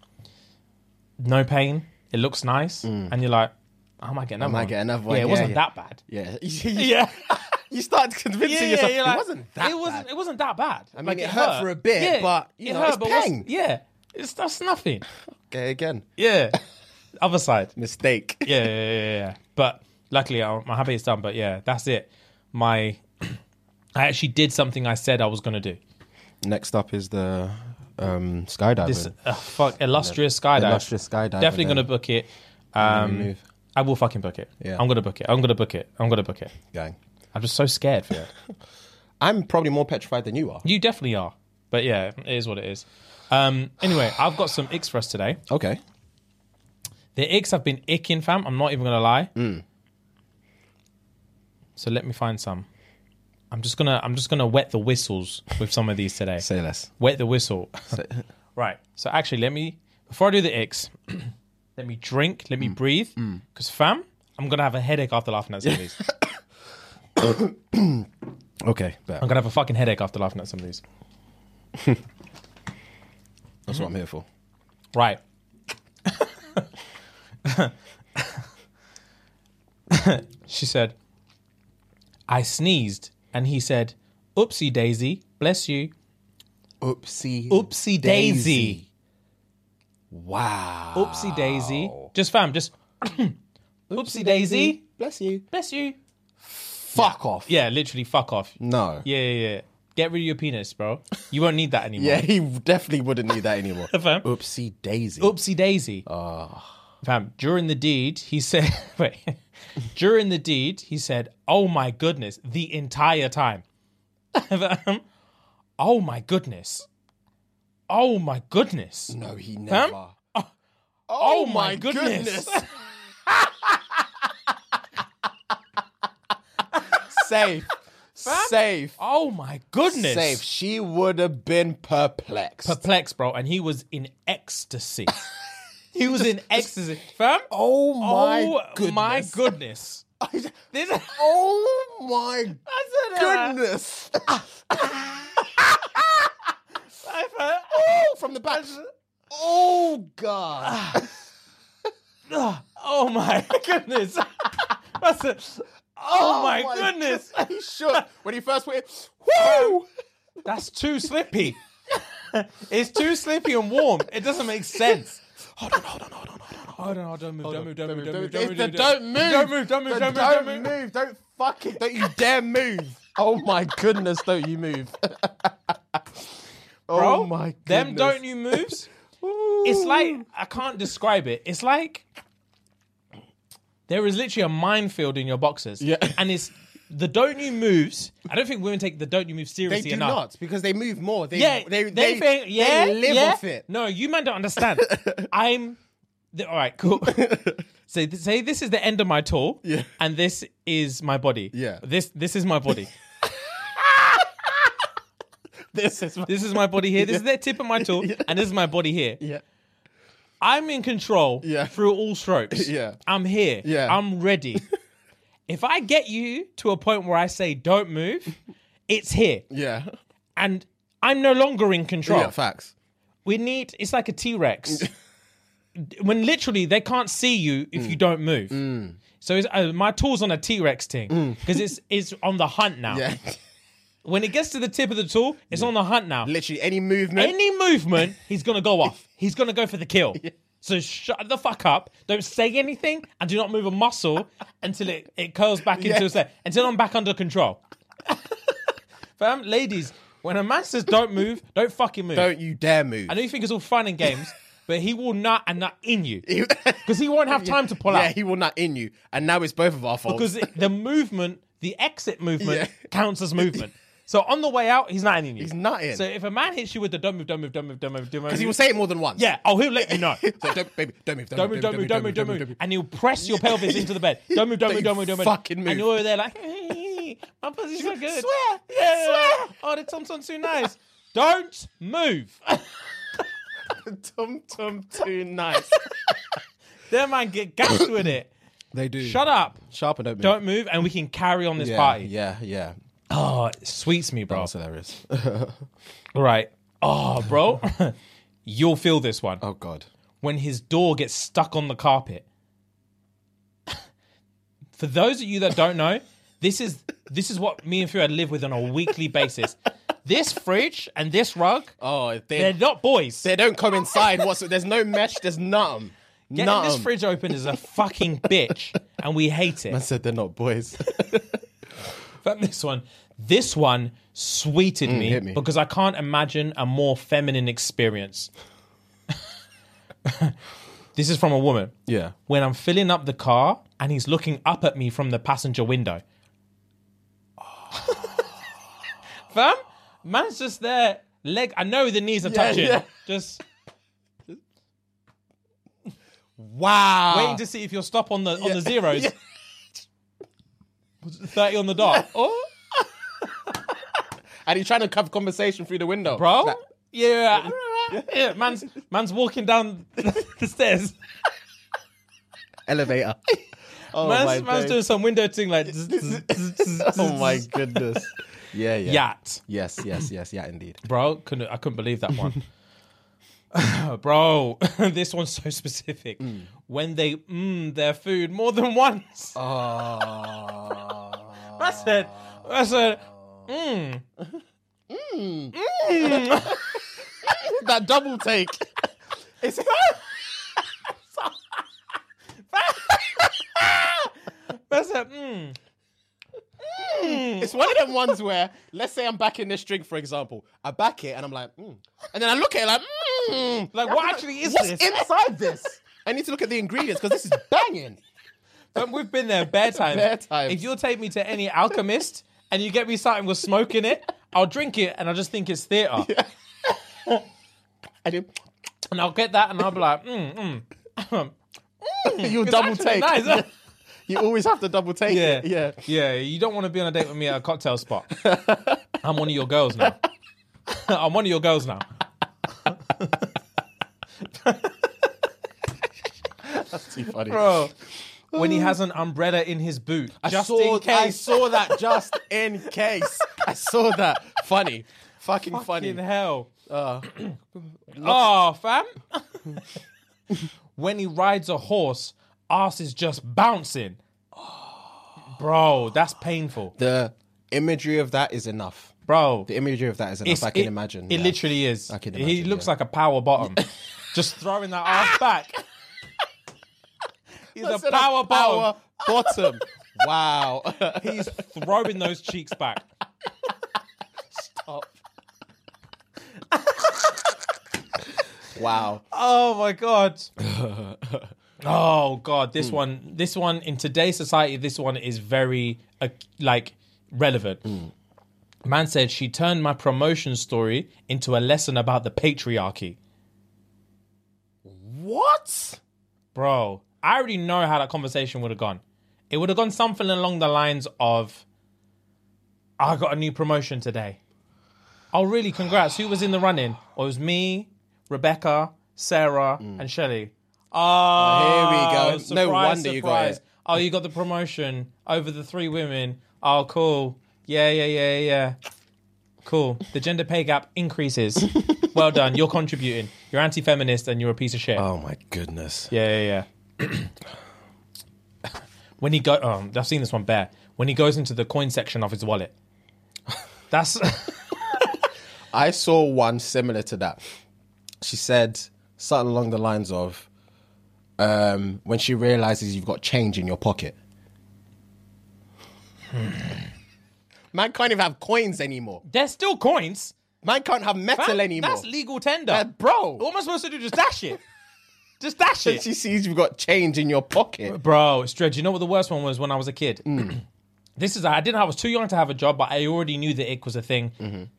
no pain. It looks nice,
Mm.
and you're like, I might get another.
might
one.
get another one.
Yeah, it
Yeah,
wasn't
yeah.
that bad.
yeah, yeah.
Yeah.
You started convincing yourself.
you're
it
like,
wasn't that.
It wasn't.
bad.
It wasn't that bad. I
mean, it hurt for a bit, but, you know, it's
what's-
pain.
Yeah, it's that's nothing.
Okay, again,
Yeah, other side.
mistake.
Yeah, yeah, yeah, yeah, yeah. But luckily, I'm I'm happy it's done. But yeah, that's it. My, I actually did something I said I was gonna do.
Next up is the um, skydiver.
This uh, fuck illustrious skydive.
Illustrious skydiver,
Definitely
then.
gonna book it. Um,
move.
I will fucking book it.
Yeah.
I'm gonna book it. I'm gonna book it. I'm gonna book it.
gang.
I'm just so scared for it.
I'm probably more petrified than you are.
You definitely are. But yeah, it is what it is. Um, anyway, I've got some icks for us today.
Okay.
The icks have been icking, fam. I'm not even gonna lie. So let me find some. I'm just gonna I'm just gonna wet the whistles with some of these today.
Say less.
wet the whistle. right. So actually, let me before I do the icks, let me drink, let me breathe, because fam, I'm gonna have a headache after laughing at some of these.
Okay, bet.
I'm gonna have a fucking headache after laughing at some of these.
That's what I'm here for.
Right. she said, I sneezed. And he said, Oopsie daisy, bless you.
Oopsie.
Oopsie daisy.
Wow.
Oopsie daisy. Just fam, just oopsie daisy,
Bless you.
bless you.
Fuck off.
Yeah, literally, fuck off.
No.
Yeah, yeah, yeah. Get rid of your penis, bro. You won't need that anymore.
Yeah, he definitely wouldn't need that anymore.
Fam.
Oopsie daisy.
Oopsie daisy.
Ah.
Fam, during the deed, he said, wait, during the deed, he said, oh my goodness, the entire time. Fam, oh my goodness. Oh my goodness.
No, he never. Oh
oh, my goodness.
Safe. Safe.
oh my goodness.
Safe. She would have been perplexed.
Perplexed, bro. And he was in ecstasy. he was in ecstasy. Fam,
oh
oh
my
my
goodness.
goodness. This-
oh my
I said, uh,
goodness.
oh,
From the back. Oh god.
uh, oh my goodness. That's it. Oh, my, goodness.
goodness. He shook when he first went. Woo!
That's too slippy. it's too slippy and warm. It doesn't make sense.
Hold on, hold on, hold on, hold on.
Hold on, don't move, don't move, don't move, don't move,
Don't
don't
move,
move,
don't move,
don't move, don't move, don't
Then
move,
don't
don't move.
move, don't fucking, don't you dare move. Oh my goodness, don't you move. oh
Bro,
my goodness.
them don't you moves. It's like I can't describe it. It's like there is literally a minefield in your boxes.
Yeah.
and it's the don't you moves. I don't think women take the don't you move
They
seriously
do
enough.
not because they move more. They,
Yeah,
they, they, they, yeah, live
yeah.
off it.
No, you man don't understand. I'm the, all right, cool. so th- say this is the end of my tour,
Yeah.
and this is my body.
Yeah.
this this is my body.
This is my,
this is my body here. This is the tip of my tool, and this is my body here.
yeah.
I'm in control
Yeah.
through all strokes.
Yeah.
I'm here.
Yeah.
I'm ready. if I get you to a point where I say don't move, it's here,
Yeah.
and I'm no longer in control.
Yeah, facts.
we need it's like a t-rex when literally they can't see you if
Mm.
you don't move so it's, uh, my tool's on a t-rex thing because it's it's on the hunt now
Mm. Yeah.
when it gets to the tip of the tool it's on the hunt now
Literally any movement.
any movement he's gonna go off he's gonna go for the kill so shut the fuck up don't say anything and do not move a muscle until it, it curls back into a, until i'm back under control fam ladies when a man says don't move don't fucking move
don't you dare move.
I know you think it's all fun and games, but he will not and not in you because he won't have time to pull
yeah,
out
he will not in you. And now it's both of our faults.
because the movement, the exit movement,
Yeah.
counts as movement. So on the way out, he's not in you.
He's not in.
So if a man hits you with the don't move, don't move, don't move, don't move, don't move,
Because he will say it more than once.
yeah, oh, he'll let you know.
So don't, baby, don't move,
Don't move, don't move, don't move, don't move. And he'll press your pelvis into the bed. Don't move, don't
Don't
move, don't move, don't move.
fucking move.
And you're there like, my pussy's so good.
Swear,
Yeah.
swear.
Oh, the Thompson's too nice. Don't move.
Tum tum too nice.
Their man get gassed with it.
they do.
Shut up.
Sharp and don't move.
Don't move, and we can carry on this
yeah,
party.
Yeah, yeah.
Oh, it sweets me, bro.
That's hilarious.
Right. Oh, bro. You'll feel this one.
oh God.
When his door gets stuck on the carpet. For those of you that don't know, this is this is what me and Fuad live with on a weekly basis. This fridge and this rug,
Oh, if they
they're not boys.
they don't coincide. What's there's no mesh. There's nothing.
Getting this
nothing.
fridge open is a fucking bitch, and we hate
I
it.
said they're not boys.
But this one, this one sweeted me,
Mm, hit me.
because I can't imagine a more feminine experience. this is from a woman.
yeah.
When I'm filling up the car and he's looking up at me from the passenger window. Fam, man's just there. Leg, I know the knees are touching.
yeah.
Just
Wow.
waiting to see if you'll stop on the on the zeros. Thirty on the dot.
Oh. and he's trying to have conversation through the window,
bro.
Like,
yeah. yeah, man's man's walking down the stairs.
elevator. oh
Man's, man's
days.
doing some window thing like zzz, zzz, zzz, zzz,
Oh my goodness. Yeah. Yeah.
yacht,
Yes. Yes. Yes. Yeah. Indeed.
bro. Couldn't I couldn't believe that one, bro. this one's so specific. When they mm their food more than once,
Oh.
I said, I said,
Ah.
mm.
that double take. It's
I said, mm.
It's one of them ones where, let's say I'm backing this drink, for example. I back it and I'm like, mm. and then I look at it like, mm.
Like, what actually is
what's
this?
inside this? I need to look at the ingredients because this is banging.
But we've been there bare times.
Bare times.
If you'll take me to any alchemist and you get me something with smoke in it, I'll drink it and I just think it's theatre.
And then
And I'll get that and I'll be like, mm, mm.
you Mm.
It's
double
actually
take.
Nice.
You always have to double take
yeah.
it. Yeah.
Yeah. You don't want to be on a date with me at a cocktail spot. I'm one of your girls now. I'm one of your girls now.
That's too funny.
Bro. When he has an umbrella in his boot,
I
just
saw,
in
I
case.
saw that just in case. I saw that. Funny. Fucking,
Fucking
funny. Uh.
hell. oh, fam. when he rides a horse, ass is just bouncing. Bro, that's painful.
The imagery of that is enough.
Bro,
The imagery of that is enough.
it's-
I can
it-
imagine.
It
yeah.
literally is.
I can
he
imagine,
looks
yeah.
like a power bottom, just throwing that ass back. He's
That's
a
an
power bottom.
power bottom. wow.
He's throwing those cheeks back.
wow.
Oh my god. oh god, this
Hmm.
one, this one in today's society, this one is very uh, like relevant.
Hmm.
Man said she turned my promotion story into a lesson about the patriarchy,
What?
bro. I already know how that conversation would have gone. It would have gone something along the lines of, "I got a new promotion today." Oh really? Congrats! Who was in the running? Well, it was me, Rebecca, Sarah, and Shelley. Oh,
Here we go.
Surprise,
Mm. Uh, no wonder you got
surprise.
it.
Oh, you got the promotion over the three women. Oh, cool. Yeah, yeah, yeah, yeah. Cool. The gender pay gap increases. well done. You're contributing. You're anti-feminist and you're a piece of shit.
Oh my goodness.
Yeah, yeah, yeah. when he go, um, I've seen this one bare. When he goes into the coin section of his wallet, that's
I saw one similar to that. She said something along the lines of um, when she realizes you've got change in your pocket. Hmm. Man can't even have coins anymore.
there's still coins.
Man can't have metal
Fam,
anymore.
That's legal tender,
Uh, bro.
What am I supposed to do? Just dash it. Just dash
And
it.
she sees you've got change in your pocket.
Bro, it's dread. You know what the worst one was when I was a kid? this is, I didn't, I was too young to have a job, but I already knew that ick was a thing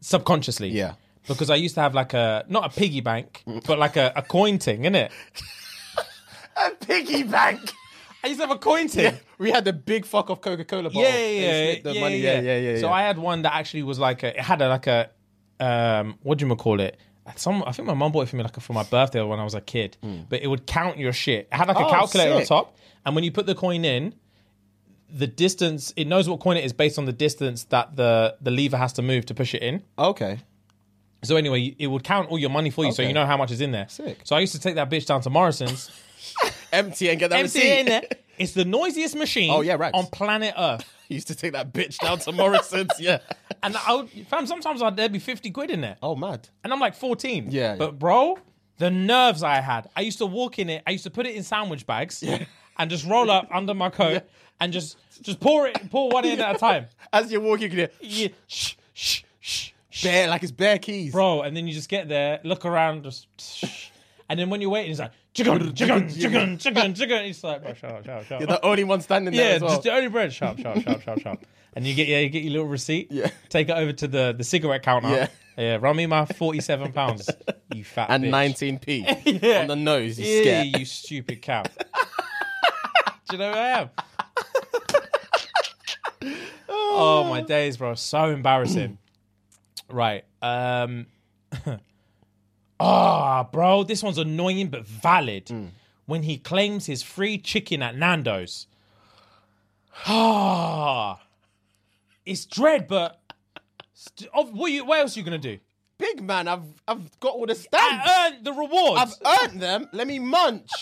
subconsciously.
Yeah.
Because I used to have like a, not a piggy bank, but like a, a coin thing, innit?
A piggy bank.
I used to have a coin thing.
We had the big fuck off Coca Cola bottle.
Yeah,
and you
yeah, yeah,
slipped the
yeah,
money.
yeah,
yeah, yeah,
So
yeah.
I had one that actually was like a, it had a, like a, um, what do you call it? Some, I think my mum bought it for me like for my birthday or when I was a kid. But it would count your shit. It had like a
Hmm. Oh,
calculator
sick.
on top, and when you put the coin in, the distance it knows what coin it is based on the distance that the the lever has to move to push it in.
Okay.
So anyway, it would count all your money for you, so
Okay.
you know how much is in there.
Sick.
So I used to take that bitch down to Morrison's.
Empty and get that
empty
receipt.
it in there. It's the noisiest machine.
Oh, yeah, right.
on planet Earth.
He used to take that bitch down to Morrison's. Yeah.
And I would, fam, sometimes I'd, there'd be 50 quid in there.
Oh, mad.
And I'm like 14.
Yeah,
But,
yeah.
bro, the nerves I had. I used to walk in it, I used to put it in sandwich bags and just roll up under my coat and just just pour it, pour one in at a time.
As you're walking, you can hear
Yeah, shh, shh, shh, shh.
bare like it's bare keys.
Bro, and then you just get there, look around, just. shh. And then when you're waiting, it's like, chicken, chicken, chicken, chicken, chicken. It's like, bro, shut up, shut up, shut up.
You're the only one standing there.
Yeah,
as well.
just the only bread. Sharp, sharp, sharp, sharp, sharp. And you get yeah, you get your little receipt.
Yeah.
Take it over to the the cigarette counter.
Yeah.
Yeah. Run me my forty seven pounds. You fat
and
bitch.
19p on the nose. You
Yeah,
scared.
you stupid cow. Do you know who I am? oh my days, bro. So embarrassing. right. Um Ah, bro, this one's annoying but valid.
Hmm.
When he claims his free chicken at Nando's. Ah. it's dread, but st- oh, what, you, what else are you gonna do?
Big man, I've I've got all the stamps.
I earned the rewards.
I've earned them. Let me munch.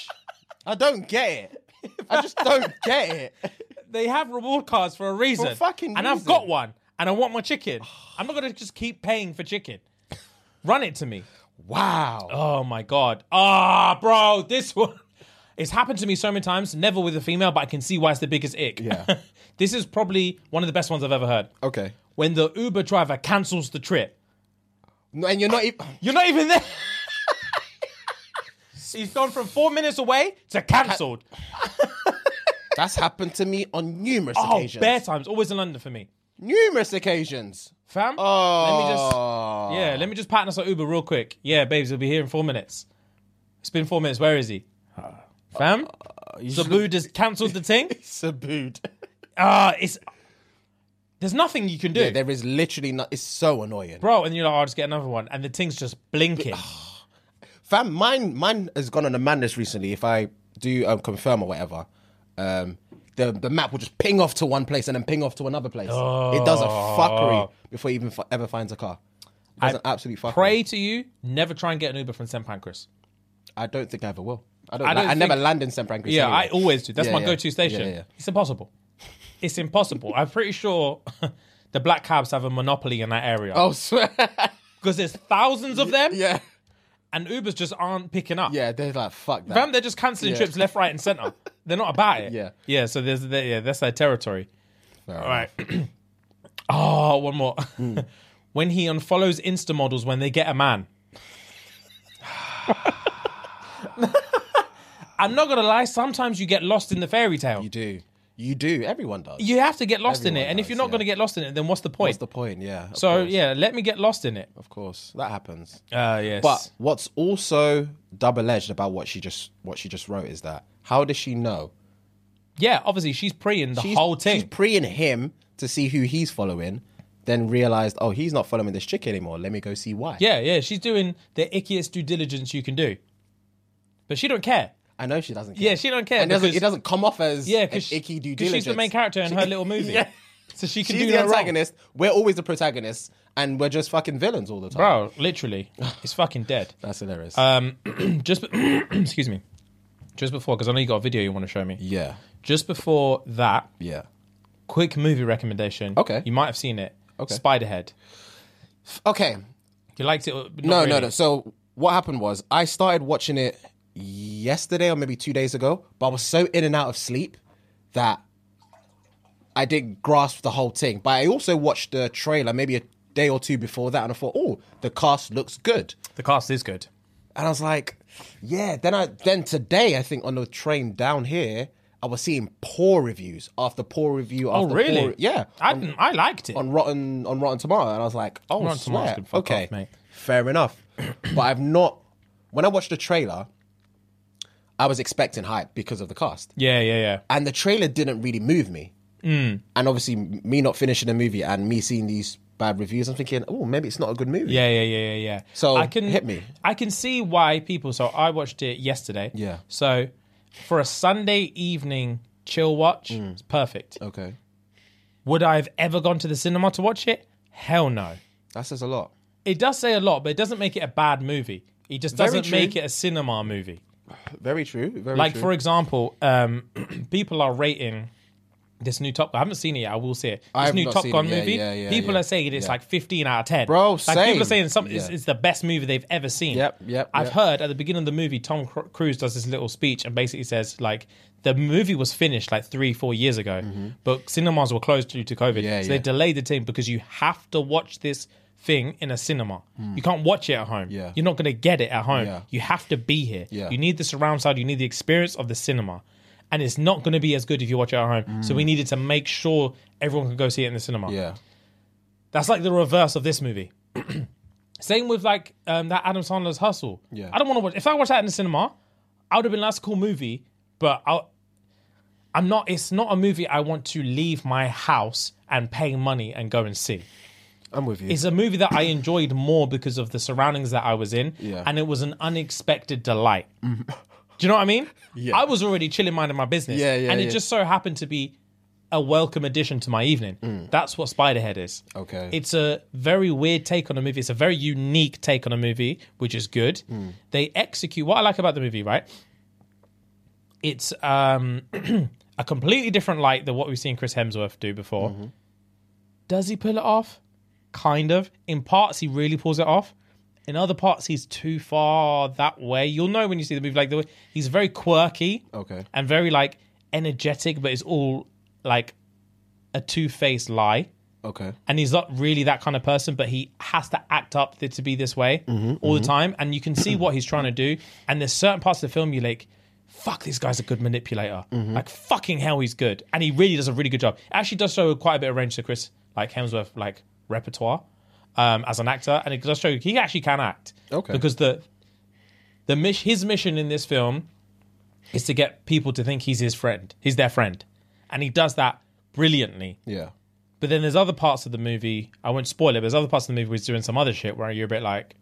I don't get it. I just don't get it.
they have reward cards for a reason.
For a fucking
and I've
reason.
got one, and I want my chicken. I'm not gonna just keep paying for chicken. Run it to me.
Wow.
Oh my god. Ah, bro, this one. It's happened to me so many times. Never with a female, but I can see why it's the biggest ick.
Yeah.
this is probably one of the best ones I've ever heard.
Okay.
When the Uber driver cancels the trip,
No, and you're not even.
you're not even there. He's gone from four minutes away to cancelled.
That's happened to me on numerous
Oh,
occasions.
bare times. Always in London for me.
Numerous occasions.
Fam, let me just
Oh.
Yeah, let me just pattern us on Uber real quick. Yeah, babes, we'll be here in four minutes. It's been four minutes. Where is he?
Uh,
Fam? Sabu just cancelled the thing.
Sabood.
Ah, it's there's nothing you can do,
Yeah, there is literally not. It's so annoying.
bro. And you're like, oh, I'll just get another one, and the thing's just blinking.
Fam, mine, mine has gone on a madness recently. If I do um, confirm or whatever, um, the the map will just ping off to one place and then ping off to another place. It does a fuckery before it even f- ever finds a car. It does
Ah. I
an absolute fuckery.
Pray to you, never try and get an Uber from St Pancras.
I don't think I ever will. I don't.
I
I,
don't
I never
think-
land in St. Pancras.
Yeah,
anyway.
I always do. That's
Yeah,
my
yeah.
go-to station.
Yeah, yeah.
It's impossible. It's impossible. I'm pretty sure the black cabs have a monopoly in that area
Oh, swear.
because there's thousands of them,
yeah,
and Ubers just aren't picking up.
yeah. They're like fuck that.
Fam, they're just cancelling
Yeah.
trips left, right, and centre. They're not about it.
Yeah.
Yeah. So there's there, yeah, that's their territory.
Fair Hmm.
All right. oh, one more. when he unfollows Insta models when they get a man. I'm not gonna lie. Sometimes you get lost in the fairy tale.
You
You,
do. You do. Everyone does.
have to get lost in
Everyone
it, and if
does,
you're not
yeah.
gonna get lost in it, then what's the point?
That's the point. Yeah. of
so
course.
yeah, let me get lost in it.
of course that happens.
Uh, yes.
But what's also double edged about what she just what she just wrote is that how does she know?
yeah, obviously she's preying the
She's,
whole
She's
thing.
preying him to see who he's following, then realized, oh, he's not following this chick anymore. Let me go see why.
yeah, yeah, she's doing the ickiest due diligence you can do, but she don't care.
I know she doesn't. Care.
Yeah, she don't care
And it doesn't,
because-
it doesn't come off as
Yeah,
yeah, an
because
icky due
she's
diligence.
the main character in her little movie.
Yeah.
So she can
She's
do
the
no wrong.
antagonist. We're always the protagonists, and we're just fucking villains all the time.
Bro, literally, it's fucking dead.
That's hilarious.
Uh, Just, be- excuse me, just before because I know you got a video you want to show me.
yeah,
Just before that,
yeah.
quick movie recommendation.
Okay.
you might have seen it.
Okay.
Spiderhead.
Okay.
You liked it? or- not
No, no,
really?
no. So what happened was I started watching it yesterday or maybe two days ago, but I was so in and out of sleep that I didn't grasp the whole thing. But I also watched the trailer maybe a day or two before that, and I thought, oh, the cast looks good.
The cast is good.
And I was like, yeah. Then I then today I think on the train down here I was seeing poor reviews after poor review
Oh
after
really?
poor, yeah
I
on,
didn't, I liked it.
on Rotten on Rotten Tomato and I was like, oh
Rotten Tomatoes
snap,
can fuck
okay,
off, mate.
fair enough. but I've not when I watched the trailer, I was expecting hype because of the cast
yeah, yeah, yeah.
and the trailer didn't really move me.
Mm.
And obviously, m- me not finishing the movie and me seeing these bad reviews, I'm thinking, oh, maybe it's not a good movie.
Yeah, yeah, yeah, yeah, yeah.
So, hit me.
I can see why people. So I watched it yesterday.
Yeah.
So for a Sunday evening chill watch,
Mm.
it's perfect.
Okay,
Would I have ever gone to the cinema to watch it? Hell no.
that says a lot.
It does say a lot, but it doesn't make it a bad movie. It just
Very
doesn't
true.
make it a cinema movie.
Very true. Very
Like
true.
for example, um, people are rating this new Top Gun. I haven't seen it yet. I will see it. This
I have
new
not
Top
seen
Gun
it. Yeah,
movie.
yeah, yeah,
people
yeah.
are saying it's
Yeah.
like fifteen out of ten.
Bro,
like people
same.
are saying something. It's,
Yeah.
it's the best movie they've ever seen.
Yep, yep,
I've
yep.
heard at the beginning of the movie, Tom Cru- Cruise does this little speech and basically says like. The movie was finished like three, four years ago, but cinemas were closed due to COVID.
Mm-hmm. Yeah,
so they
yeah.
delayed the thing because you have to watch this thing in a cinema. You can't watch it at home.
Hmm. Yeah.
You're not going to get it at home.
Yeah.
You have to be here.
Yeah.
You need the surround sound. You need the experience of the cinema. And it's not going to be as good if you watch it at home. So we needed to make sure everyone could go see it in the cinema.
Mm. yeah,
That's like the reverse of this movie. Same with like um, that Adam Sandler's Hustle.
Yeah.
I don't want to watch. If I watched that in the cinema, I would have been that's a cool movie. But I'll, I'm not. It's not a movie I want to leave my house and pay money and go and see
I'm with you.
is a movie that I enjoyed more because of the surroundings that I was in,
Yeah. Mm.
and it was an unexpected delight. Do you know what I mean? Yeah. I was already chilling, minding my business,
Yeah, yeah,
and it
yeah.
just so happened to be a welcome addition to my evening. That's what Spiderhead is.
Mm. Okay.
it's a very weird take on a movie. It's a very unique take on a movie, which is good.
Mm.
They execute what I like about the movie, right? It's um, a completely different light than what we've seen Chris Hemsworth do
Mm-hmm.
before. Does he pull it off? Kind of. In parts, he really pulls it off. In other parts, he's too far that way. You'll know when you see the movie. Like the way he's very quirky,
Okay.
and very like energetic, but it's all like a two-faced lie
okay,
and he's not really that kind of person, but he has to act up th- to be this way all the time. And you can see what he's trying to do. And there's certain parts of the film you like, fuck, this guy's a good manipulator. Like, fucking hell, he's good. And he really does a really good job. Actually, does show quite a bit of range to Chris, like Hemsworth, like repertoire um, as an actor. And it does show he actually can act.
Okay.
Because the, the mis- his mission in this film is to get people to think he's his friend, he's their friend. And he does that brilliantly.
yeah,
But then there's other parts of the movie. I won't spoil it. But there's other parts of the movie where he's doing some other shit where you're a bit like,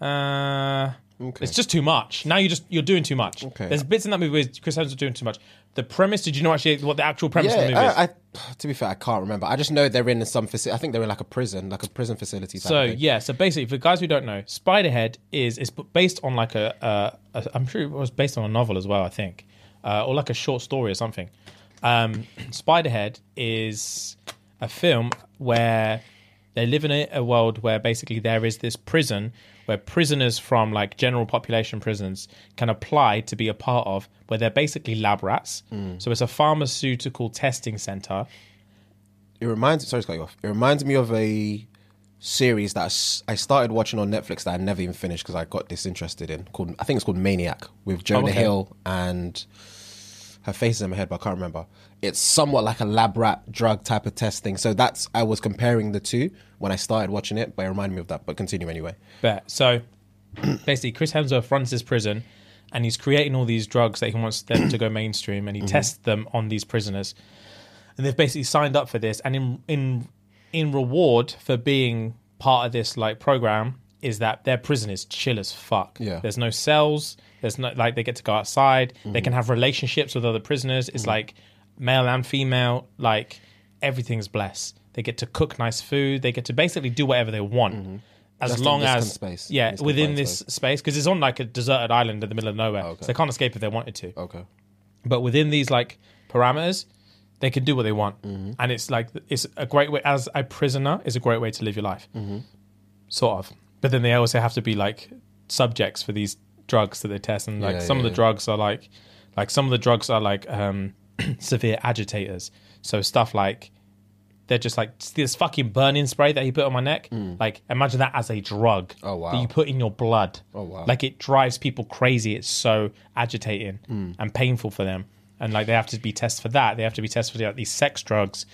uh, it's just too much. Now you're just you're doing too much.
Okay.
There's bits in that movie where Chris Evans is doing too much. The premise. Did you know actually what the actual premise of the movie
yeah.
is?
I, I, to be fair, I can't remember. I just know they're in some facility. I think they're in like a prison, like a prison facility. Type
so
of thing.
yeah. So basically, for guys who don't know, Spiderhead is is based on like a, uh, a I'm sure it was based on a novel as well. I think, uh, or like a short story or something. Um, Spiderhead is a film where they live in a, a world where basically there is this prison where prisoners from like general population prisons can apply to be a part of where they're basically lab rats. So it's a pharmaceutical testing center.
it reminds. Sorry, to cut you off. It reminds me of a series that I s- I started watching on Netflix that I never even finished because I got disinterested in. Called I think it's called Maniac with Jonah
okay.
Hill and her face is in my head, but I can't remember. It's somewhat like a lab rat drug type of test thing. So that's I was comparing the two when I started watching it, but it reminded me of that. But continue anyway.
Bet. So basically, Chris Hemsworth runs this prison and he's creating all these drugs that he wants them to go mainstream and he tests them on these prisoners. And they've basically signed up for this. And in, in, in reward for being part of this like program is that their prison is chill as fuck.
Yeah.
There's no cells. There's no, like, they get to go outside. They can have relationships with other prisoners. It's like male and female, like everything's blessed. They get to cook nice food. They get to basically do whatever they want as
That's the
long
Lisbon
as
space, Oh,
yeah
Lisbon
within
Fine
this space because it's on like a deserted island in the middle of nowhere so they can't escape if they wanted to
Okay.
but within these like parameters they can do what they want
Mm-hmm.
and it's like it's a great way as a prisoner is a great way to live your life
Mm-hmm.
sort of but then they also have to be like subjects for these drugs that they test and like
Yeah,
some
yeah,
of the
yeah.
drugs are like like some of the drugs are like um severe agitators so stuff like they're just like this fucking burning spray that he put on my neck. Like imagine that as a drug.
Mm. Oh, wow.
That you put in your blood.
Oh, wow.
Like it drives people crazy. It's so agitating
Hmm.
and painful for them. And like they have to be tested for that. They have to be tested for like, these sex drugs.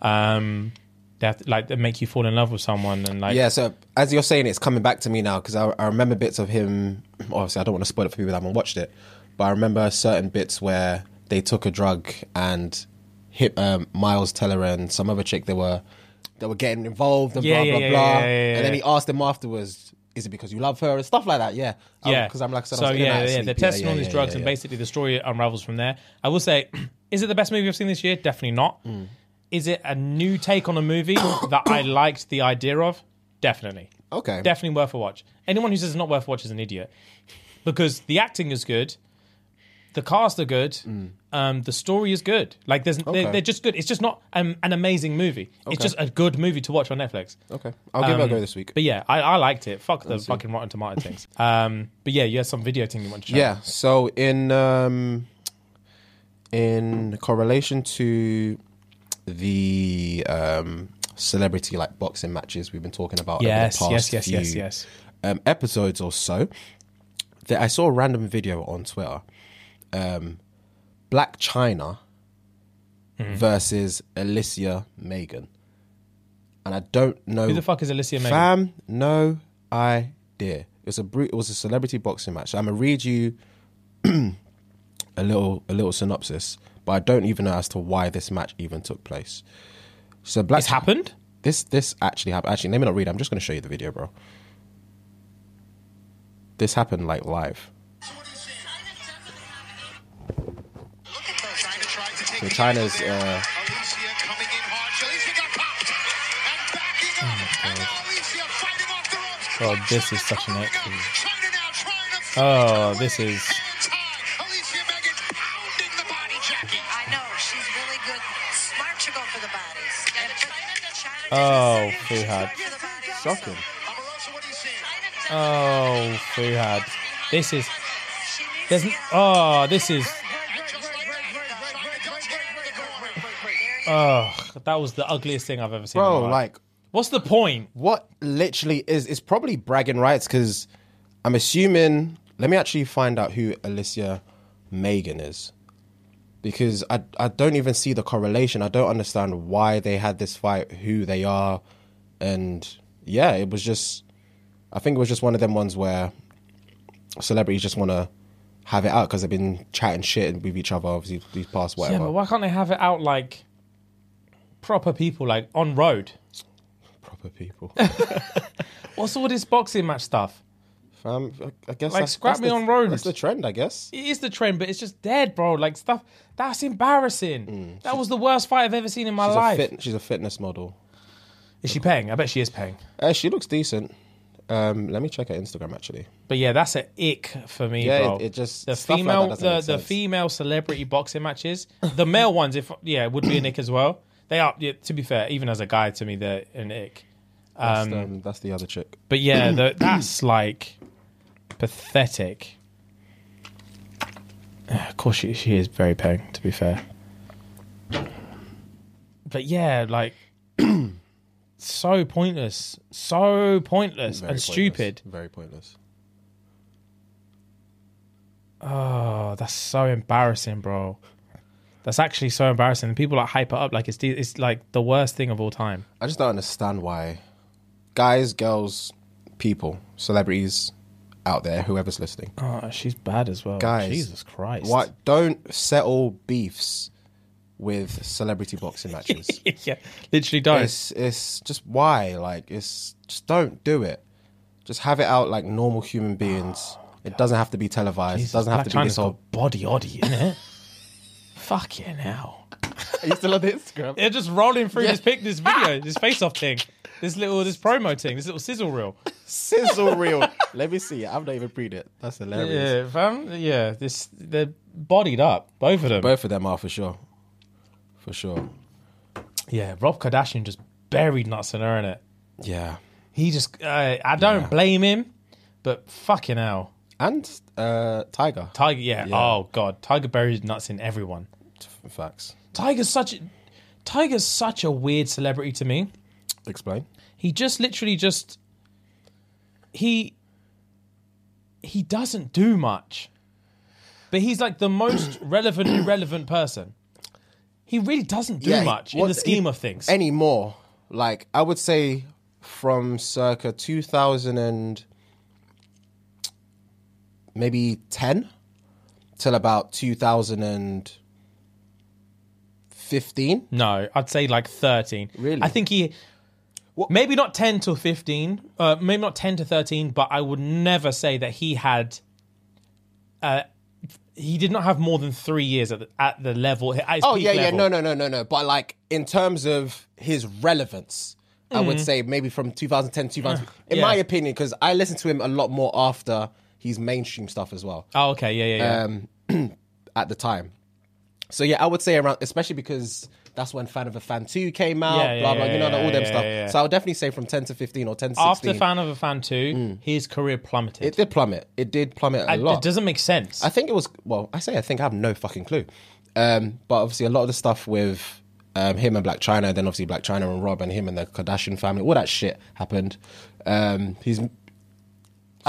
Um, they have to, like they make you fall in love with someone and like
Yeah, so as you're saying, it's coming back to me now because I, I remember bits of him. Obviously, I don't want to spoil it for people that haven't watched it, but I remember certain bits where they took a drug and hit um, Miles Teller and some other chick. They were they were getting involved and
Yeah,
blah
yeah,
blah
yeah,
blah.
yeah, yeah, yeah,
and then
yeah.
he asked them afterwards, "Is it because you love her and stuff like that?" Yeah,
yeah,
Because Oh, I'm like I said, I
so
was in and
yeah,
out of
yeah.
sleep.
They're testing
yeah,
all
yeah,
these
yeah,
drugs, and
yeah.
basically the story unravels from there. I will say, is it the best movie I've seen this year? Definitely not.
Mm.
Is it a new take on a movie that I liked the idea of? Definitely,
Okay.
definitely worth a watch. Anyone who says it's not worth a watch is an idiot, because the acting is good, the cast are good. Um, the story is good. Like there's,
Mm. Okay.
they're, they're just good. It's just not um, an amazing movie. It's just a good movie to watch on Netflix.
okay, I'll give it a
Um,
go this week.
But yeah, I, I liked it. Fuck the fucking Rotten Tomato things. Um, but yeah, you had some video thing you want to show.
Yeah. So in um, in correlation to the um, celebrity like boxing matches we've been talking about
Yes,
over the
yes,
past
yes,
few
yes, yes.
um, episodes or so, that I saw a random video on Twitter. Um, Black China
Mm-hmm.
versus Alicia Megan, and I don't know
Who the fuck is Alicia May?
Fam, no idea. It was a brut- it was a celebrity boxing match. I'm gonna read you a little a little synopsis, but I don't even know as to why this match even took place. So Black
It's happened.
This this actually happened. Actually, let me not read. it. I'm just gonna show you the video, bro. This happened like live. So
China tried to take the
China's,
lead
uh,
there. Alicia coming in hard. Alicia got popped and backing up. and now Alicia fighting off the ropes.
God,
But
Oh, this is such an excellent- Oh,
China covering up. China now trying to fight her
this
way.
is-
Hands high. Alicia Megan pounding the body, Jackie.
I know she's really good, smart to go for the bodies. And China,
Oh,
She's
Fuhad.
good for the bodies
Shocking.
Omarosa, what do you see?
Oh, Fuhad. This is.
also. She needs
There's.
to get
Oh,
out.
this is.
And just like that, China does get out of the corner.
Oh, that was the ugliest thing I've ever seen. in my
Bro,
life.
like Oh,
what's the point?
what literally is it's probably bragging rights because I'm assuming. Let me actually find out who Alicia Megan is because I I don't even see the correlation. I don't understand why they had this fight, who they are, and yeah, it was just. I think it was just one of them ones where celebrities just want to have it out because they've been chatting shit with each other obviously these past
Yeah,
whatever
but why can't they have it out like proper people, like on road?
proper people.
What's all this boxing match stuff?
Fam, I, I guess that's-
scrap
that's
me
the-
on road.
That's the trend, I guess.
It is the trend, but it's just dead, bro. Like stuff that's embarrassing. That was the worst fight I've ever seen in my
Mm. She's
life.
a fit, she's a fitness model.
Is she paying? I bet she is paying.
Uh, she looks decent. Um, let me check her Instagram actually.
But yeah, that's an ick for me,
Yeah,
bro.
it- it just-
the
stuff like
female,
that doesn't
the,
make
the
sense.
female celebrity boxing matches. The male ones, if yeah, would be an ick as well. They are. Yeah, to be fair, even as a guy, to me, they're an ick.
That's, the, um, that's the other chick.
But yeah, the, that's like pathetic. Uh, Of course, she she is very paying. To be fair, but yeah, like so pointless, so pointless
Very
and
pointless.
stupid.
Very pointless.
Oh, that's so embarrassing, bro. That's actually so embarrassing. And people like hype it up like it's the, it's like the worst thing of all time.
I just don't understand why guys, girls, people, celebrities out there, whoever's listening,
Oh, she's bad as well.
guys,
Jesus Christ.
why don't settle beefs with celebrity boxing matches?
yeah, literally don't.
it's it's just why like it's just don't do it just have it out like normal human beings it doesn't have to be televised it doesn't have to be this whole
body oddy in it. Fucking hell.
are you still on instagram
They're just rolling through this pic, this video, this face off thing, this little this promo thing, this little sizzle reel.
sizzle reel let me see i've not even read it that's hilarious
Yeah, fam. Yeah, this they're bodied up, both of them.
both of them are for sure for sure
yeah, Rob Kardashian just buried nuts in her in it.
yeah
He just uh, I don't blame him, but fucking hell.
and uh tiger
Tiger, yeah.
Yeah.
Oh god, Tiger buried nuts in everyone.
facts
Tiger's such. a- Tiger's such a weird celebrity to me.
Explain.
He just literally just he he doesn't do much. But he's like the most relevant irrelevant person. He really doesn't do much in
what-
the scheme of things.
Anymore. Like, I would say from circa 2000 and maybe 10 till about 2015.
No, I'd say like 13.
Really?
I think he. Maybe not 10 to 15, uh, maybe not 10 to 13, but I would never say that he had. Uh, he did not have more than three years at the, at the level. At his
Oh,
peak
yeah, yeah.
level.
No, no, no, no, no. But, like, in terms of his relevance, I would say maybe from 2010 to 2000. in
Mm. yeah.
my opinion, because I listen to him a lot more after his mainstream stuff as well. um,
Oh, okay, yeah, yeah, yeah.
at the time. So yeah, I would say around, especially because that's when Fan of a Fan Two came out,
Yeah, yeah,
blah blah.
yeah,
you know
yeah,
all them
yeah,
stuff.
yeah, yeah.
So I would definitely say from ten to fifteen or ten to Uh, sixteen. Hmm.
After Fan of a Fan 2, his career plummeted.
it did plummet. It did plummet a
I-
lot.
it doesn't make sense.
I think it was well. I say I think I have no fucking clue. Um, but obviously a lot of the stuff with um, him and Black China, and then obviously Black China and Rob and him and the Kardashian family, all that shit happened. Um, he's I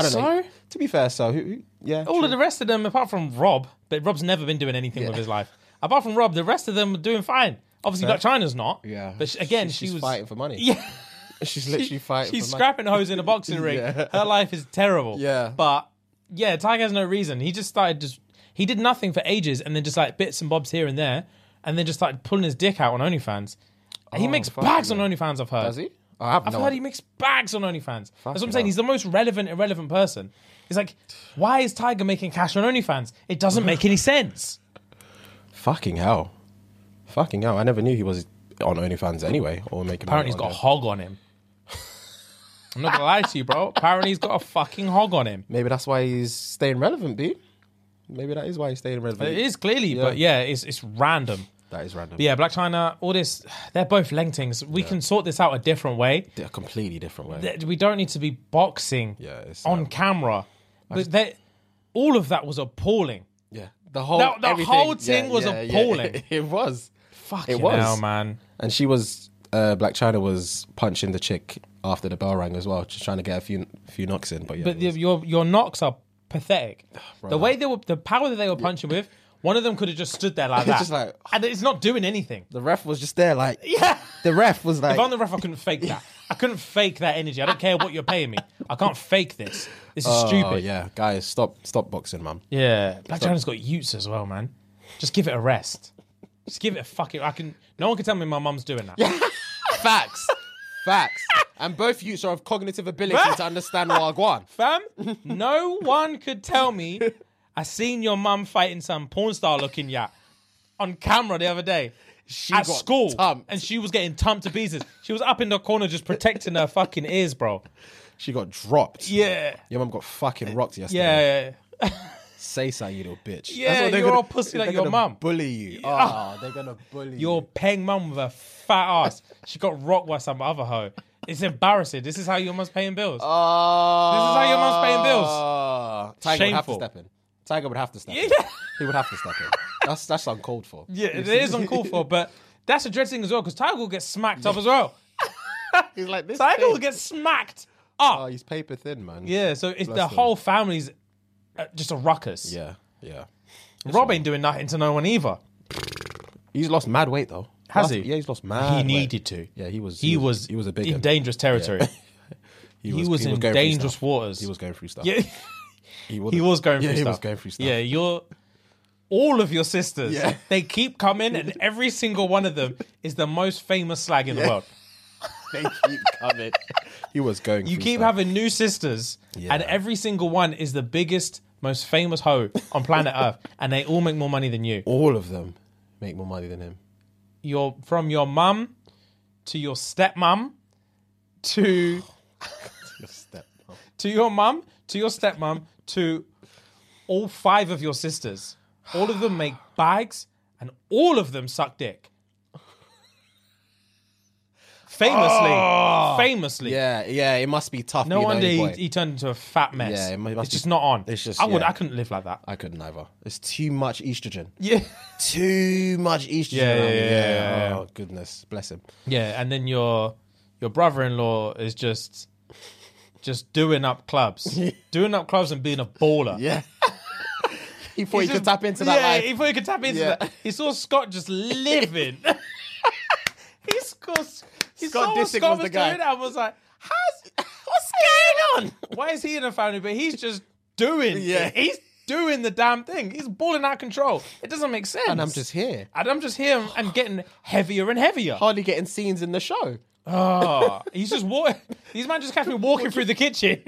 don't know.
So?
To be fair, so who, who, yeah,
All of the rest of them, apart from Rob, but Rob's never been doing anything with his life. Apart from Rob, the rest of them are doing fine. Obviously, Black China's not.
yeah.
But she, again,
She's-
she
she's
was
fighting for money.
Yeah.
she's literally fighting.
She's
for money.
scrapping hoes in a boxing ring.
Yeah.
Her life is terrible.
Yeah.
But yeah, Tiger has no reason. He just started just he did nothing for ages and then just like bits and bobs here and there and then just started pulling his dick out on OnlyFans. And he makes
Oh, fuck
bags
me.
on OnlyFans, I've heard.
Does he? Oh, I have
I've
no
heard
idea.
he makes bags on OnlyFans. That's what I'm
Fucking
saying.
hell.
He's the most relevant, irrelevant person. It's like, why is Tiger making cash on OnlyFans? It doesn't make any sense.
Fucking hell. Fucking hell. I never knew he was on OnlyFans anyway or making
Apparently, he's
money
got
on
a
there.
hog on him. I'm not gonna lie to you, bro. Apparently, he's got a fucking hog on him.
Maybe that's why he's staying relevant, B. Maybe that is why he's staying relevant.
It is clearly, but yeah, it's it's random.
That is random.
But yeah, Black China, all this, they're both lengtings. We can sort this out a different way.
A completely different way.
Th- We don't need to be boxing
Yeah, it's,
on
um,
camera. But they, all of that was appalling.
yeah. The whole
The- the
everything-
whole thing was appalling.
it was.
Fucking
was.
hell, man.
And she was uh, Black China was punching the chick after the bell rang as well, just trying to get a few few knocks in. But yeah,
But
it was-
the, your your knocks are pathetic. The way they were, the power that they were punching with, one of them could have just stood there like that,
Just like-
and it's not doing anything.
the ref was just there, like yeah. The ref was like,
If I'm the ref, I couldn't fake that. I couldn't fake that energy. I don't care what you're paying me. I can't fake this. This is
oh
stupid.
yeah, guys, stop stop boxing, man.
Yeah, Black China's got utes as well, man. Just give it a rest. Just give it a fucking. I can. No one can tell me my mum's doing that.
Facts. Facts. And both youths are of cognitive ability to understand Wagwan.
Fam, no one could tell me. I seen your mum fighting some porn star looking yacht on camera the other day.
She
at
got
school,
tumped.
and she was getting tumped to pieces. She was up in the corner just protecting her fucking ears, bro.
She got dropped.
Yeah,
Your mum got fucking rocked yesterday.
yeah.
Say something, you little bitch.
Yeah,
That's what they're
you're
gonna-
all pussy like
they're
your
gonna
mum.
Bully you. Oh, they're gonna bully
Your
you.
paying mum with a fat ass. She got rocked by some other hoe. It's embarrassing. This is how your mum's paying bills.
Oh,
This is how your mum's paying bills.
Ah, Tiger would have to
Shameful.
step in. Tiger would have to step in.
Yeah.
He would have to step in. That's that's uncalled for.
Yeah, it is uncalled for, but that's a dread thing as well because Tiger will get smacked up as well.
He's like this.
Tiger will
thing-
get smacked up.
Oh, he's paper thin, man.
Ah, yeah, so it's the
Bless him.
whole family's uh, just a ruckus.
Yeah. Yeah.
Rob ain't doing nothing to no one either.
He's lost mad weight though.
Has
Last-
he?
Yeah, he's lost mad.
he
weight.
needed to.
Yeah, he was.
He, was,
He was a big.
in
un.
dangerous territory. He was, in
going through
dangerous
stuff.
waters.
He was going through stuff.
yeah,
would've-
he was going
Yeah,
through
he
stuff.
was going through stuff.
Yeah, you're all of your sisters.
Yeah.
They keep coming, and every single one of them is the most famous slag in the world.
they keep coming. He was going.
You
through
keep
stuff.
having new sisters,
Yeah.
and every single one is the biggest, most famous hoe on planet Earth, and they all make more money than you.
all of them make more money than him.
You're from your mum to your stepmum to
Step up.
to your mum to your stepmum to all five of your sisters. All of them make bags, and all of them suck dick. Famously, famously.
Oh. Yeah, yeah, it must be tough.
No
being the
wonder
only
he,
boy.
he turned into a fat mess.
Yeah, it must
it's
be-
just not on.
it's just-
I would.
yeah.
I couldn't live like that.
I couldn't either. It's too much estrogen.
Yeah,
Too much estrogen.
Yeah,
around
yeah,
me.
yeah, yeah,
Oh goodness, bless him.
yeah. And then your your brother-in-law is just just doing up clubs, doing up clubs and being a baller.
Yeah. he thought he
just-
could tap into that.
Yeah,
line.
he thought he could tap into
Yeah.
that. He saw Scott just living. he saw he saw
Scott Disick
what Scott
was
was,
the guy.
doing and was like, How's, "What's going on? Why is he in a family?" But he's just doing.
Yeah.
it. he's doing the damn thing. He's balling out of control. It doesn't make sense.
and I'm just here.
And I'm just here and getting heavier and heavier.
Hardly getting scenes in the show.
Oh, he's just walking. These man just kept me walking through the kitchen.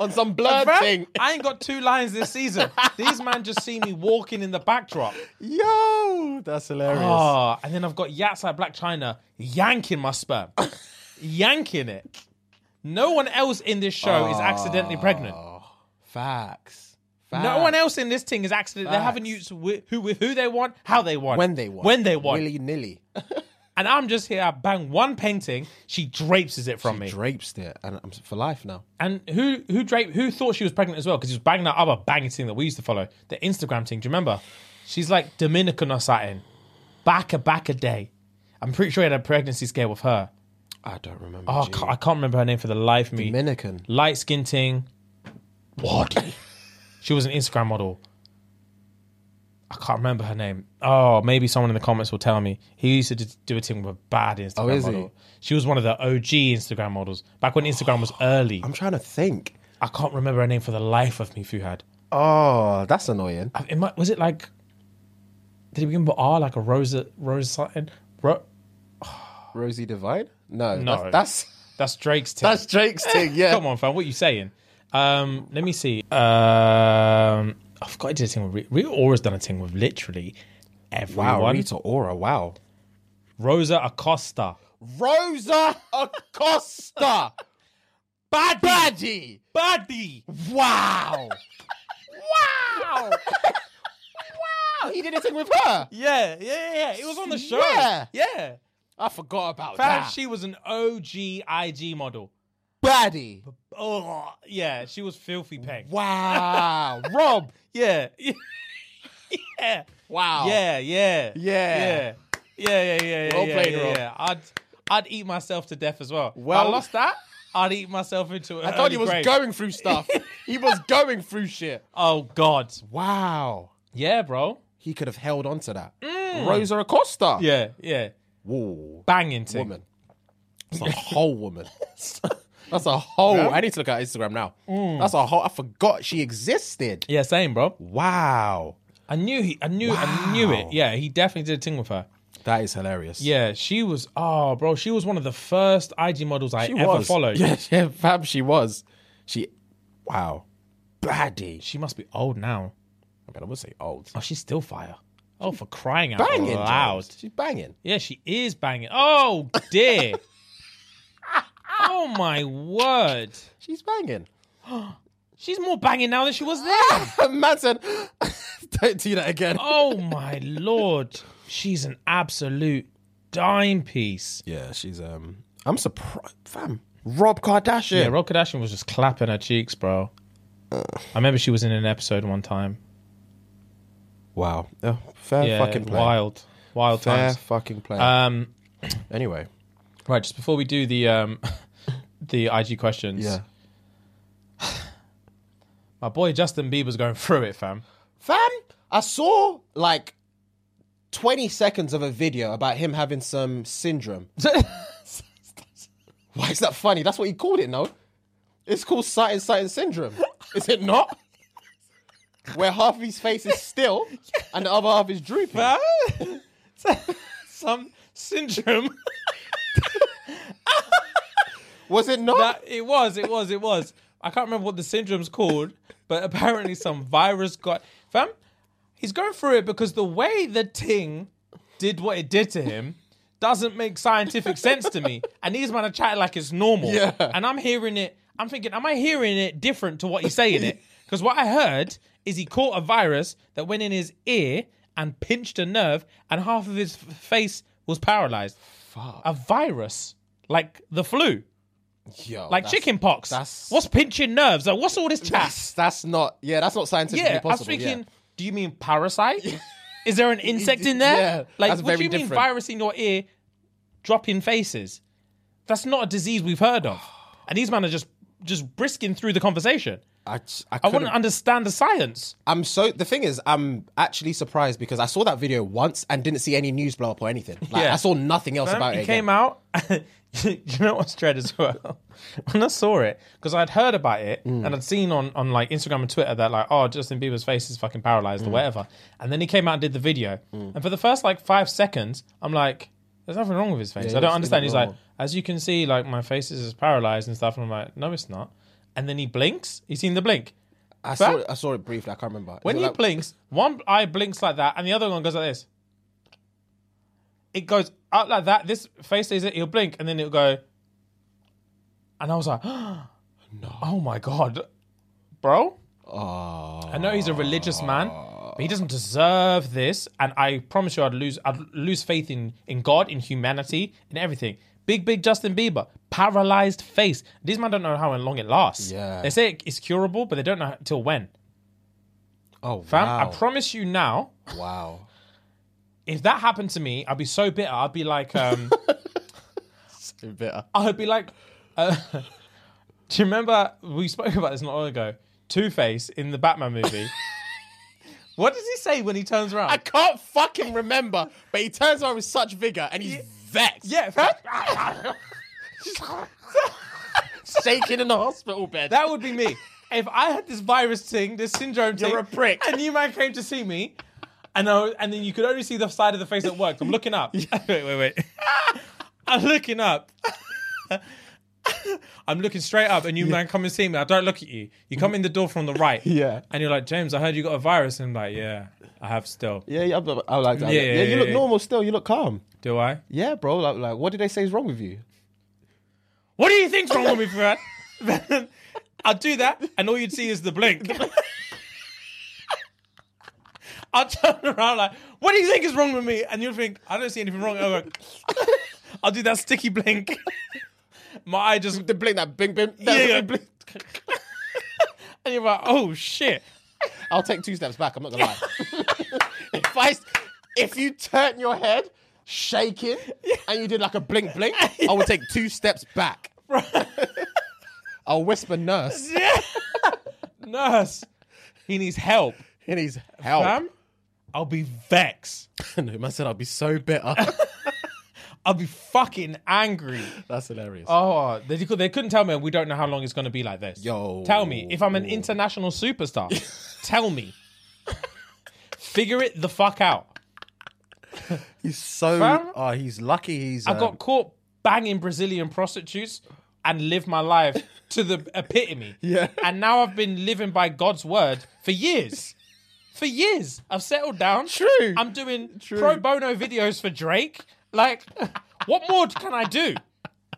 On some blurred
Bruh,
thing.
I ain't got two lines this season. These man just see me walking in the backdrop.
Yo, that's hilarious.
Oh, and then I've got Yats like Black China yanking my sperm, yanking it. No one else in this show is accidentally pregnant.
Oh. Facts.
No one else in this thing is accidentally. They're having you
Facts.
with who with who they want, how they want,
When they want.
when they want.
Willy nilly.
And I'm just here. I bang one painting. She drapeses it from me.
Drapes there, and I'm for life now.
and who who drape who thought she was pregnant as well? Because she was banging that other banging thing that we used to follow, the Instagram thing. Do you remember? She's like Dominican or something. Back a back a day. I'm pretty sure he had a pregnancy scare with her.
I don't remember.
Oh, I
G.
can't, I can't remember her name for the life of me.
Dominican.
Light skin thing. What? she was an Instagram model. I can't remember her name. Oh, maybe someone in the comments will tell me. He used to d- do a thing with a bad Instagram
Oh, is he?
model. She was one of the OG Instagram models back when Instagram was early.
I'm trying to think.
I can't remember her name for the life of me. Fuhad.
Oh, that's annoying.
I- It might, was it like? Did it begin with R? Like a Rosa Rosa something? Ro-
Rosie Divine? No,
No.
That's, that's
that's Drake's. Thing.
that's Drake's thing. Yeah.
Come on, fam. What are you saying? Um, let me see. Um, I forgot I did a thing with Rita. Rita Ora's done a thing with literally everyone.
Wow, Rita Ora. Wow.
Rosa Acosta.
Rosa Acosta. Bad Badgie.
Buddy!
Wow. wow. wow. He did a thing with her.
Yeah, yeah, yeah, yeah. It was on the show.
Yeah.
Yeah.
I forgot about
Fam,
that.
she was an OG IG model.
baddie.
Oh, yeah. She was filthy peg.
Wow. Rob.
Yeah. yeah. Yeah.
Wow.
Yeah, yeah. Yeah. Yeah, yeah, yeah, yeah.
Well
yeah,
played,
yeah,
Rob.
yeah. I'd I'd eat myself to death as well.
Well-
If I lost that. I'd eat myself into it.
I thought he was going through stuff. he was going through shit.
Oh God.
Wow.
Yeah, bro.
He could have held on to that. Mm. Rosa Acosta.
Yeah, yeah.
Whoa.
Banging thing.
Woman. That's a whole woman. That's a whole. I need to look at Instagram now.
Mm.
That's a whole. I forgot she existed.
Yeah, same, bro.
Wow.
I knew he. I knew. I knew it. Yeah, he definitely did a thing with her.
That is hilarious.
Yeah, she was. Oh, bro, she was one of the first IG models I
She
ever
was.
followed.
Yeah, yeah, fam, she was. She. Wow. Baddie.
She must be old now.
I mean, I would say old.
Oh, she's still fire. Oh, for crying out
Banging.
loud.
James. She's banging.
Yeah, she is banging. Oh dear. oh my word.
She's banging.
She's more banging now than she was then.
Madsen, don't do that again.
Oh my lord. She's an absolute dime piece.
Yeah, she's um. I'm surprised, fam. Rob Kardashian.
Yeah, Rob Kardashian was just clapping her cheeks, bro. I remember she was in an episode one time.
wow. Yeah, fair
Yeah,
fucking play.
wild, wild
Fair
times.
fucking play.
Um,
anyway.
right, just before we do the um, the IG questions,
Yeah.
my boy Justin Bieber's going through it, fam.
Fam, I saw like 20 seconds of a video about him having some syndrome. Why is that funny? That's what he called it, no? It's called sight and sight and syndrome. Is it not? Where half of his face is still and the other half is drooping.
Some syndrome.
Was it not?
That it was, it was, it was. I can't remember what the syndrome's called, but apparently some virus got fam. He's going through it because the way the ting did what it did to him doesn't make scientific sense to me. And these men are chatting like it's normal.
Yeah.
And I'm hearing it. I'm thinking, am I hearing it different to what he's saying it? Because what I heard is he caught a virus that went in his ear and pinched a nerve, and half of his f- face was paralyzed.
Fuck.
A virus like the flu,
Yo,
like
that's-
chickenpox.
That's
What's pinching nerves? Like, what's all this chat?
that's, that's not. Yeah, that's not scientifically
Yeah,
possible.
I'm
yeah.
thinking. Do you mean parasite? Is there an insect in there?
Yeah,
like,
that's
what
very
do you mean
different.
virus in your ear, dropping faces? That's not a disease we've heard of. And these men are just just brisking through the conversation.
I, j- I,
I
couldn't-
want to understand the science.
I'm so the thing is, I'm actually surprised because I saw that video once and didn't see any news blow up or anything. Like,
Yeah.
I saw nothing else
Man,
about
it
it.
came out. Do you know what's dread as well? when I saw it, because I'd heard about it
Mm.
and I'd seen on, on like Instagram and Twitter that like, oh, Justin Bieber's face is fucking paralyzed
Mm.
or whatever. And then he came out and did the video. And for the first like five seconds, I'm like, there's nothing wrong with his face.
Yeah,
I don't
it's-
understand.
it's
He's
not
like, as you can see, like my face is paralyzed and stuff. And I'm like, no, it's not. And then he blinks. He's seen the blink.
I saw it, I saw it briefly. I can't remember. Is
When
it
he
like-
blinks, one eye blinks like that, and the other one goes like this. It goes out like that. This face is it. He'll blink, and then it'll go. And I was like, "Oh my god, bro! I know he's a religious man, but he doesn't deserve this. And I promise you, I'd lose, I'd lose faith in in God, in humanity, in everything." Big, big Justin Bieber, paralyzed face. These men don't know how long it lasts.
Yeah.
They say it's curable, but they don't know till when.
oh
Fam,
wow,
I promise you now,
wow.
if that happened to me, I'd be so bitter. I'd be like, um,
Bitter.
I'd be like, uh, do you remember we spoke about this not long ago? Two Face in the Batman movie. what does he say when he turns around?
I can't fucking remember, but he turns around with such vigor and he's vexed.
yeah, fam.
shaking in the hospital bed.
that would be me. If I had this virus thing, this syndrome thing,
You're a prick.
and you man came to see me, and I, was- and then you could only see the side of the face that worked. I'm looking up. wait, wait, wait. I'm looking up. I'm looking straight up, and you man come and see me. I don't look at you. You come in the door from the right.
Yeah.
And you're like, James, I heard you got a virus. And I'm like, yeah, I have still.
yeah, yeah, I, I like that.
Yeah,
yeah,
yeah,
you look
yeah.
normal still. You look calm.
Do I?
Yeah, bro. Like, like, what did they say is wrong with you?
What do you think's wrong with me, Brad? I'd do that, and all you'd see is the blink. I'd turn around like, what do you think is wrong with me? And you'd think, I don't see anything wrong. I'll, go, I'll do that sticky blink. My eye just,
The blink, that bing, bing. That
yeah, yeah.
bing, bing.
and you're like, oh shit.
I'll take two steps back. I'm not gonna lie. if I, if you turn your head, shaking, and you did like a blink, blink, I would take two steps back. I'll whisper nurse
Nurse, he needs help.
in his help.
Fam, I'll be vexed.
no, man said I'll be so bitter.
I'll be fucking angry.
That's hilarious.
Oh, they, they couldn't tell me we don't know how long it's going to be like this.
Yo.
Tell me, if I'm an international superstar, tell me. Figure it the fuck out.
He's so.
Fam?
oh, he's lucky. He's.
I
um,
got caught banging Brazilian prostitutes and lived my life to the epitome.
Yeah.
And now I've been living by God's word for years. For years. I've settled down.
True.
I'm doing pro bono videos for Drake. Like, what more can I do?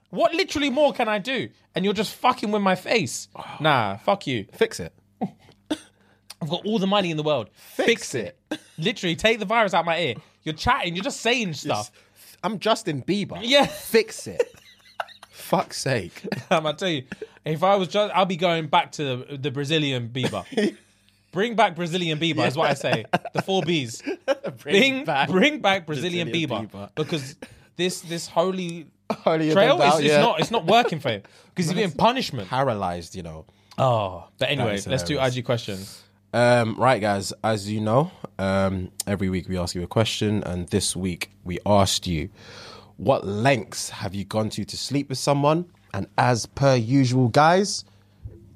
What literally more can I do? And you're just fucking with my face. Nah, fuck you.
Fix it.
I've got all the money in the world. Fix, it. Literally, take the virus out my ear. You're chatting, you're just saying stuff.
I'm Justin Bieber.
Yeah.
Fix it. Fuck's sake.
Um, I tell you, if I was just, I'll be going back to the, the Brazilian Bieber. Bring back Brazilian Bieber is what I say. The four Bs. bring back, bring back Brazilian, Bieber, because this this holy
Holy
trail
event
is
out,
it's
yeah.
not it's not working for him because he's being punishment.
Paralyzed, you know.
Oh, but anyway,
is
let's do
hilarious.
IG questions.
Um, right, guys. As you know, um, every week we ask you a question, and this week we asked you, "What lengths have you gone to to sleep with someone?" And as per usual, guys,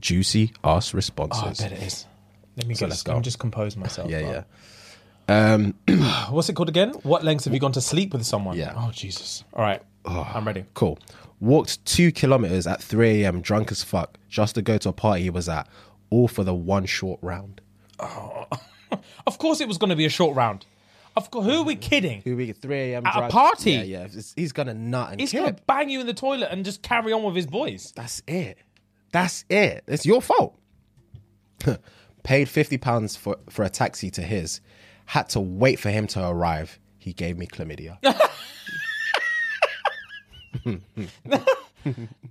juicy ass responses.
it is. Let me
let's
just,
go.
let me just compose myself.
yeah,
bro.
yeah.
What's it called again? What lengths have you gone to sleep with someone?
Yeah. Oh.
Oh Jesus. All right. I'm ready.
Cool. Walked two kilometers at 3 a.m. drunk as fuck just to go to a party he was at, all for the one short round.
Of course, it was going to be a short round. Of course, who are we kidding?
Two week 3 a.m.
At a
drunk-
party?
Yeah, yeah. It's- He's gonna nut and
He's
kill
going
it.
to bang you in the toilet and just carry on with his boys.
That's it. That's it. It's your fault. Paid fifty pounds for for a taxi to his. Had to wait for him to arrive. He gave me chlamydia.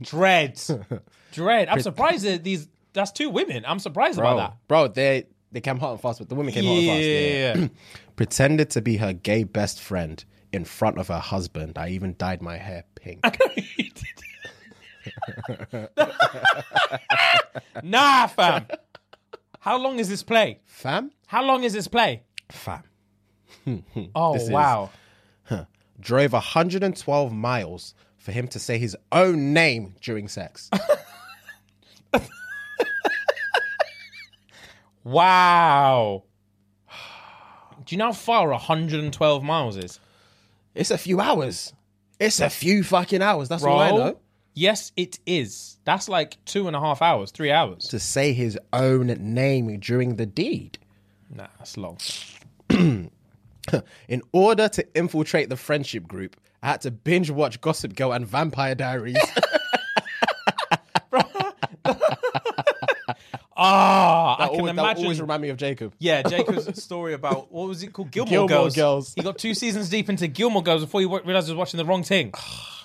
Dread. Dread. I'm surprised that these that's two women. I'm surprised
bro,
about
bro, they they came hot and fast, but the women
that.
came hot and
Yeah,
fast.
yeah, yeah.
pretended to be her gay best friend in front of her husband. I even dyed my hair pink.
nah, fam. How long is this play?
Fam?
How long is this play?
Fam.
Oh
is-
wow.
Drove 112 miles for him to say his own name during sex.
Wow. Do you know how far 112 miles is?
it's a few hours. It's a few fucking hours. That's all I know.
Yes, it is. That's like two and a half hours, three hours.
To say his own name during the deed.
Nah, that's long.
In order to infiltrate the friendship group, I had to binge watch Gossip Girl and Vampire Diaries.
Ah, I can
Always- that
imagine.
always remind me of Jacob.
yeah, Jacob's story about what was it called? Gilmore,
Gilmore
Girls.
Girls.
He got two seasons deep into Gilmore Girls before he wa- realized he was watching the wrong thing.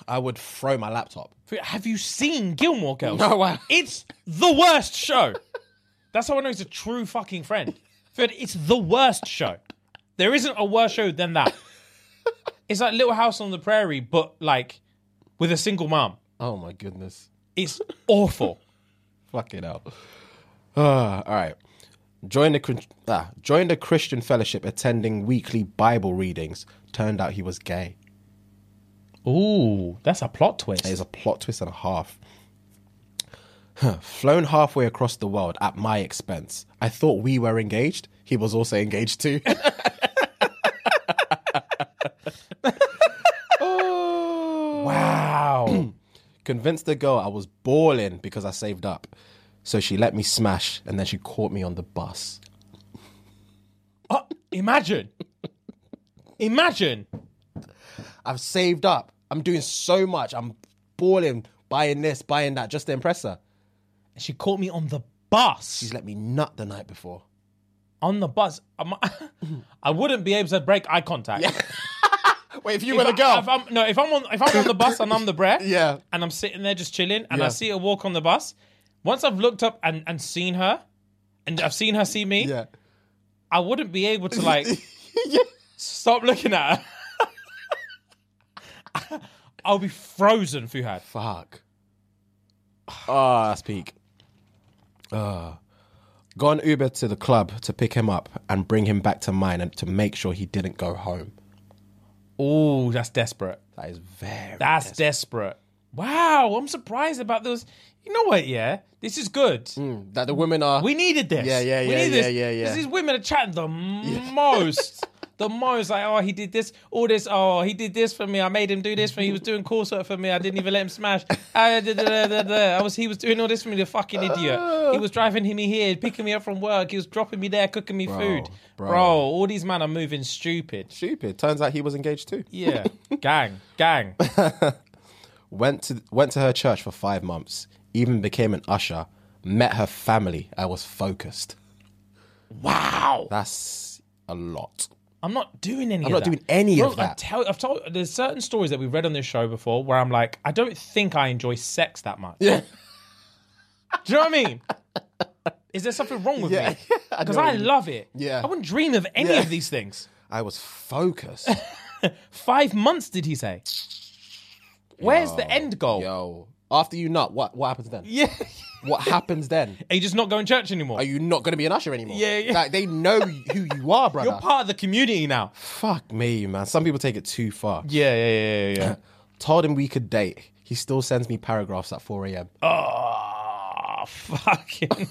I would throw my laptop.
Have you seen Gilmore Girls?
No, I-
It's the worst show. That's how I know he's a true fucking friend. Fred, it's the worst show. There isn't a worse show than that. It's like Little House on the Prairie, but like with a single mom.
Oh my goodness.
It's awful.
Fucking hell. Ah, all right. Join the Chris- ah, joined a Christian fellowship attending weekly Bible readings. Turned out he was gay.
Ooh, that's a plot twist.
That is a plot twist and a half. Huh. Flown halfway across the world at my expense. I thought we were engaged. He was also engaged too. Oh.
Wow.
Convinced the girl I was balling because I saved up. So she let me smash and then she caught me on the bus.
Uh, imagine. Imagine.
I've saved up. I'm doing so much. I'm balling, buying this, buying that, just to impress her.
She caught me on the bus.
She's let me nut the night before.
on the bus. I'm, I wouldn't be able to break eye contact.
Wait, if you
If I- If I'm, no, if I'm on if I'm on the bus and I'm the breath,
Yeah.
and I'm sitting there just chilling, and
Yeah.
I see her walk on the bus. Once I've looked up and, and seen her, and I've seen her see me,
yeah.
I wouldn't be able to like stop looking at her. I'll be frozen, Fuhad.
Fuck. Ah, that's peak. Ah. Gone Uber to the club to pick him up and bring him back to mine and to make sure he didn't go home.
Oh, that's desperate.
That is very.
That's desperate. Wow, I'm surprised about those. You know what? Yeah, this is good.
Hmm. that the women are.
We needed this.
Yeah, yeah,
We
yeah,
needed this.
yeah, yeah, yeah.
'Cause These women are chatting the most. The most, like, oh, he did this, all this, oh, he did this for me. I made him do this for me. He was doing cool stuff for me. I didn't even let him smash. I, da, da, da, da, da. I was, he was doing all this for me, the fucking idiot. He was driving him here, picking me up from work. He was dropping me there, cooking me food.
bro.
Bro. all these men are moving stupid.
Stupid. Turns out he was engaged too.
Yeah, gang, gang.
Went to went to her church for five months. Even became an usher. Met her family. I was focused.
Wow.
That's a lot.
I'm not doing any.
I'm
of
not
that.
doing any
Bro,
of that.
I tell, I've told. There's certain stories that we've read on this show before where I'm like, I don't think I enjoy sex that much. Yeah. Do you know what I mean? Is there something wrong with me? Because I, love it.
Yeah.
I wouldn't dream of any of these things.
I was focused.
Five months, did he say? Where's the end goal?
Yo. After you nut, what what happens then?
Yeah.
What happens then?
Are you just not going to church anymore?
Are you not going to be an usher anymore?
Yeah, yeah.
Like, they know who you are, brother.
You're part of the community now.
Fuck me, man. Some people take it too far.
Yeah, yeah, yeah, yeah. yeah.
Told him we could date. He still sends me paragraphs at 4 a.m.
oh, fucking.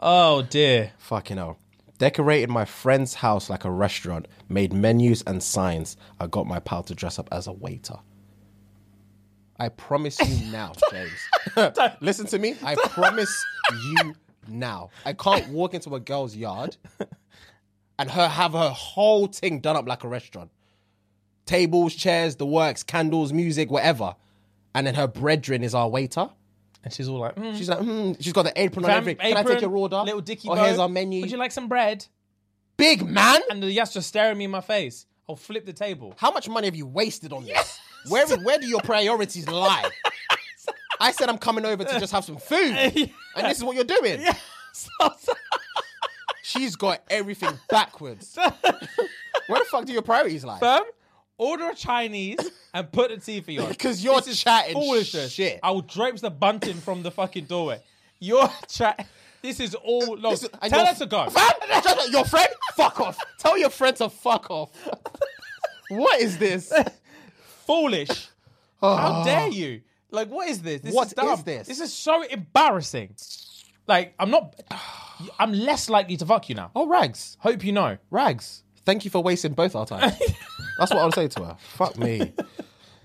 oh dear.
Fucking hell. Decorated my friend's house like a restaurant, made menus and signs. I got my pal to dress up as a waiter. I promise you now, James. Listen to me. I promise you now. I can't walk into a girl's yard and her have her whole thing done up like a restaurant. Tables, chairs, the works, candles, music, whatever. And then her brethren is our waiter.
And she's all like, mm.
She's like, hmm, she's got the apron on
Fam-
everything. Can I take
apron,
your order?
Little dicky.
Oh,
bow.
here's our menu.
Would you like some bread?
Big man,
And the yes just staring me in my face. I'll flip the table.
how much money have you wasted on this? Where where do your priorities lie? I said I'm coming over to just have some food, and this is what you're doing. She's got everything backwards. Where the fuck do your priorities lie?
Fam, Um, order a Chinese and put a TV on.
Because you're
This is
chatting
foolishness.
shit.
I will drapes the bunting from the fucking doorway. You're chat. This is all. No,
Listen, and
tell
your-
her to go.
Fam, shut up. your friend, fuck off. Tell your friend to fuck off. what is this?
Foolish. How dare you? Like, what is this? This
What
is dumb.
is this?
This is so embarrassing. Like, I'm not. I'm less likely to fuck you now.
Oh, rags,
Hope you know.
rags. Thank you for wasting both our time. That's what I'll say to her. Fuck me.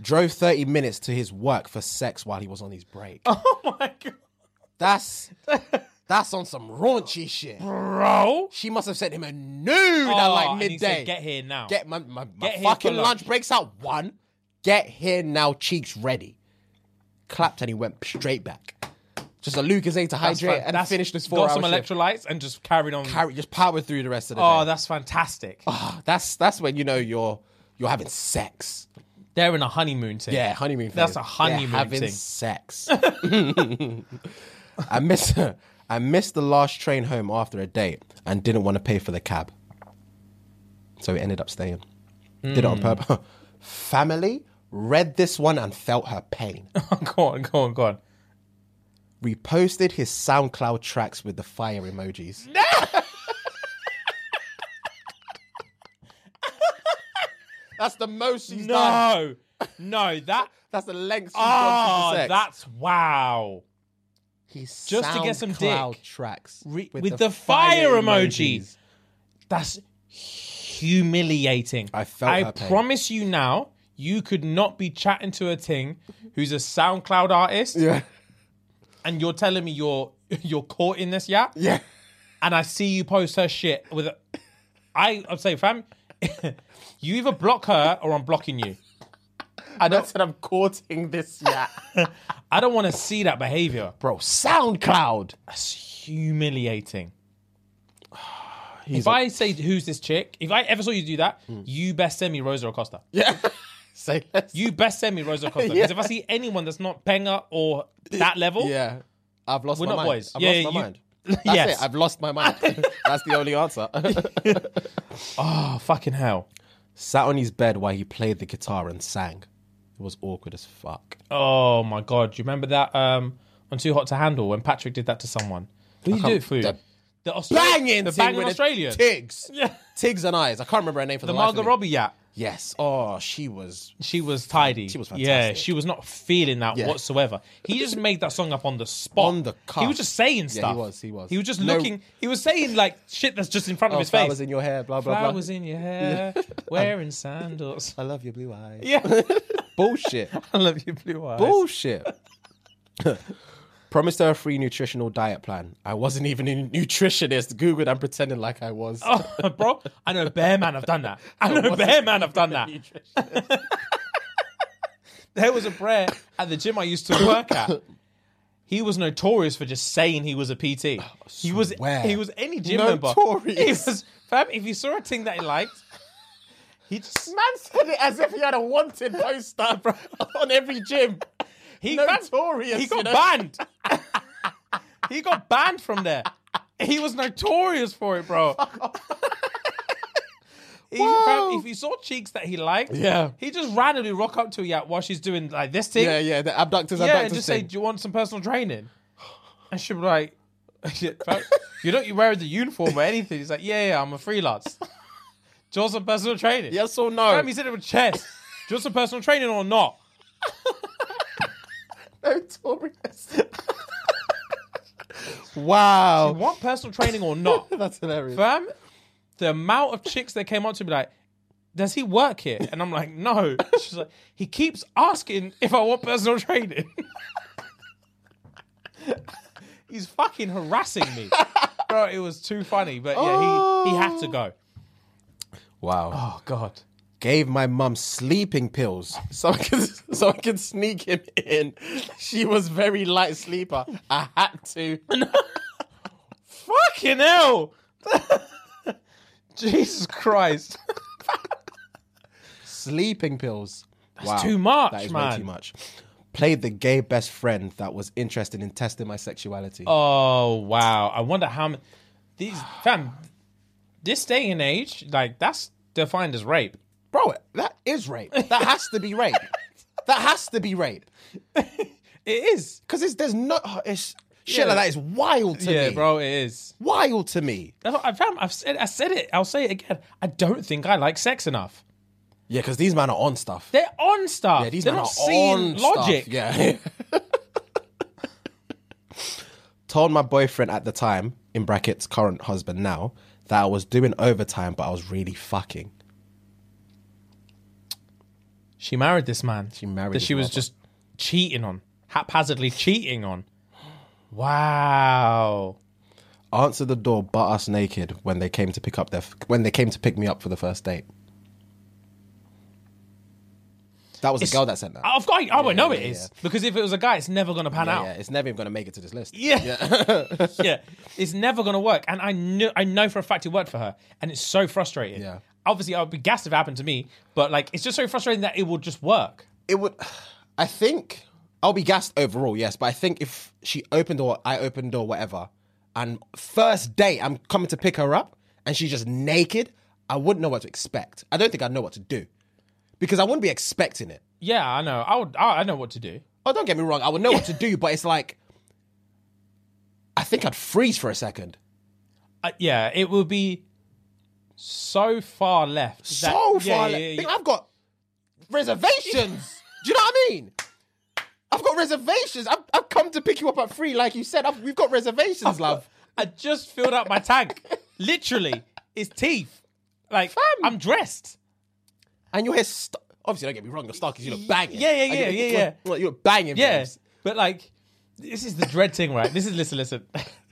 Drove 30 minutes to his work for sex while he was on his break.
Oh my god,
That's that's on some raunchy shit.
bro.
She must have sent him a nude at
Oh,
like
and he
midday.
said, Get here now.
Get my, my, my
Get here
fucking
for lunch.
lunch breaks out one. Get here now, cheeks ready. Clapped and he went straight back. Just a Lucasade to
That's
hydrate
fan-
and
that's-
finished this four
Got
hours.
some electrolytes and just carried on.
Carry, just powered through the rest of the
oh,
day.
that's fantastic.
Oh. That's that's when you know you're you're having sex.
They're in a honeymoon thing.
Yeah, honeymoon. Phase.
That's a honeymoon
They're having
thing.
sex. I miss I missed the last train home after a date and didn't want to pay for the cab, so we ended up staying. Did it
Hmm.
on purpose. Family read this one and felt her pain.
go on, go on, go on.
Reposted his SoundCloud tracks with the fire emojis. That's the most she's done.
No, no, that.
That's the length she's gone
Oh,
to sex.
that's wow.
He's
Just to get some dick.
tracks
Re- with the fire emoji. That's humiliating.
I felt
I
her pain.
promise you now, you could not be chatting to a ting who's a SoundCloud artist,
Yeah,
and you're telling me you're you're caught in this, yeah?
yeah.
and I see you post her shit with a, I I'd say, fam, you either block her or I'm blocking you.
I don't said I'm courting this yeah,
I don't want to see that behavior.
bro. SoundCloud.
That's humiliating.
He's Hmm.
if I say who's this chick, if I ever saw you do that, you best send me Rosa Acosta.
yeah. Say less.
You best send me Rosa Acosta. Because if I see anyone that's not Benga or that level,
yeah. I've lost
We're
my
not
mind.
boys.
I've
Yeah,
lost my
you-
mind. That's
Yes.
it. I've lost my mind. That's the only answer.
oh fucking hell.
Sat on his bed while he played the guitar and sang. It was awkward as fuck.
Oh my god. You remember that um on Too Hot to Handle when Patrick did that to someone? What did you do it
can't-
for you?
the
The Austra-
Banging,
the
thing
banging
with the
Australian.
Tigs.
Yeah.
Tigs and eyes. I can't remember her name for the,
the
life of
Margot
me.
Robbie yacht.
Yes. Oh, she was.
She was tidy.
She was
Yeah,
fantastic.
she was not feeling that
Yeah.
whatsoever. He just made that song up on the spot.
On the cuff.
He was just saying
he
stuff.
was, he was.
He was just
No-
looking. He was saying like shit that's just in front
Oh,
of his
flowers
face.
in your hair. Blah blah blah.
Flowers in your hair, wearing sandals.
I love your blue eyes.
Yeah,
Bullshit.
I love your blue eyes.
Bullshit. Promised her a free nutritional diet plan. I wasn't even a nutritionist. Googled and pretending like I was.
Oh. bro. I know Bear Man. I've done that.
Oh,
I know Bear Man. I've done that. There was a prayer at the gym I used to work at. He was notorious for just saying he was a PT. He was
Oh, swear.
he was any gym member.
Notorious.
He was fam. If you saw a thing that he liked, he just
Man said it as if he had a wanted poster bro, on every gym.
he
Notorious,
He
you
got
know?
banned. he got banned from there. He was notorious for it, bro. He, fam, if he saw cheeks that he liked,
Yeah.
he just randomly rock up to her yeah, while she's doing like this thing.
Yeah, yeah. The abductors,
yeah, and
abductors.
just say,
thing.
"Do you want some personal training?" And she'd be like, "Yeah, fam, "You're not wearing the uniform or anything." He's like, "Yeah, yeah, I'm a freelance. Do you want some personal training?"
yes or no?
Fam, he's in it with chest. Do you want some personal training or not?
notorious. wow.
Do you want personal training or not?
That's hilarious.
Fam, the amount of chicks that came up to me like, does he work here? And I'm like, no. She's like, he keeps asking if I want personal training. He's fucking harassing me. Bro, it was too funny. But yeah, he, he had to go.
Wow.
Oh, God.
gave my mum sleeping pills so I could so I could sneak him in. She was very light sleeper. I had to.
Fucking hell. Jesus Christ.
Sleeping pills. wow,
too much,
That is way
man.
too much. Played the gay best friend that was interested in testing my sexuality.
Oh wow! I wonder how many these fam. This day and age, like that's defined as rape.
Bro, that is rape. That has to be rape. that has to be rape.
It is.
Because there's no oh, it's shit
Yeah.
like that is wild to
yeah,
me.
bro, it is.
Wild to me.
That's what I fam, I've said. I said it. I'll say it again. I don't think I like sex enough.
Yeah, because these men are on stuff.
They're on stuff.
Yeah, these
They're
men
not
are
seeing
on
logic.
Stuff. Yeah. Told my boyfriend at the time, in brackets, current husband now, that I was doing overtime, but I was really fucking.
She married this man. She
married
that
this
she was
mother.
just cheating on, haphazardly cheating on. Wow.
Answered the door butt us naked when they came to pick up their when they came to pick me up for the first date. That was the girl that sent that.
I've got. I would know it is because if it was a guy, it's never gonna pan
yeah,
out.
yeah, it's never even gonna make it to this list.
Yeah. Yeah. It's never gonna work. And I knew I know for a fact it worked for her. And it's so frustrating.
Yeah.
Obviously I would be gassed if it happened to me, but like it's just so frustrating that it will just work.
it would i think i'll be gassed overall yes but i think if she opened or i opened or whatever and first day i'm coming to pick her up and she's just naked i wouldn't know what to expect i don't think i'd know what to do because i wouldn't be expecting it
Yeah, I know. I would I, I know what to do.
oh don't get me wrong i would know what to do but it's like i think i'd freeze for a second
Uh, yeah, it will be so far left. that-
so
yeah,
far
yeah,
le-
yeah,
Think
yeah.
i've got reservations do you know what i mean I've got reservations. I've, I've come to pick you up at three, like you said. I've, we've got reservations, love.
I just filled up my tank. Literally, it's teeth. Like I'm dressed.
And your hair's st- obviously don't get me wrong, your stockings you look banging.
Yeah, yeah,
Like,
yeah,
you-
yeah, yeah.
Like, you look banging.
Yeah,
babes.
but like, this is the dread thing, right? This is listen, listen.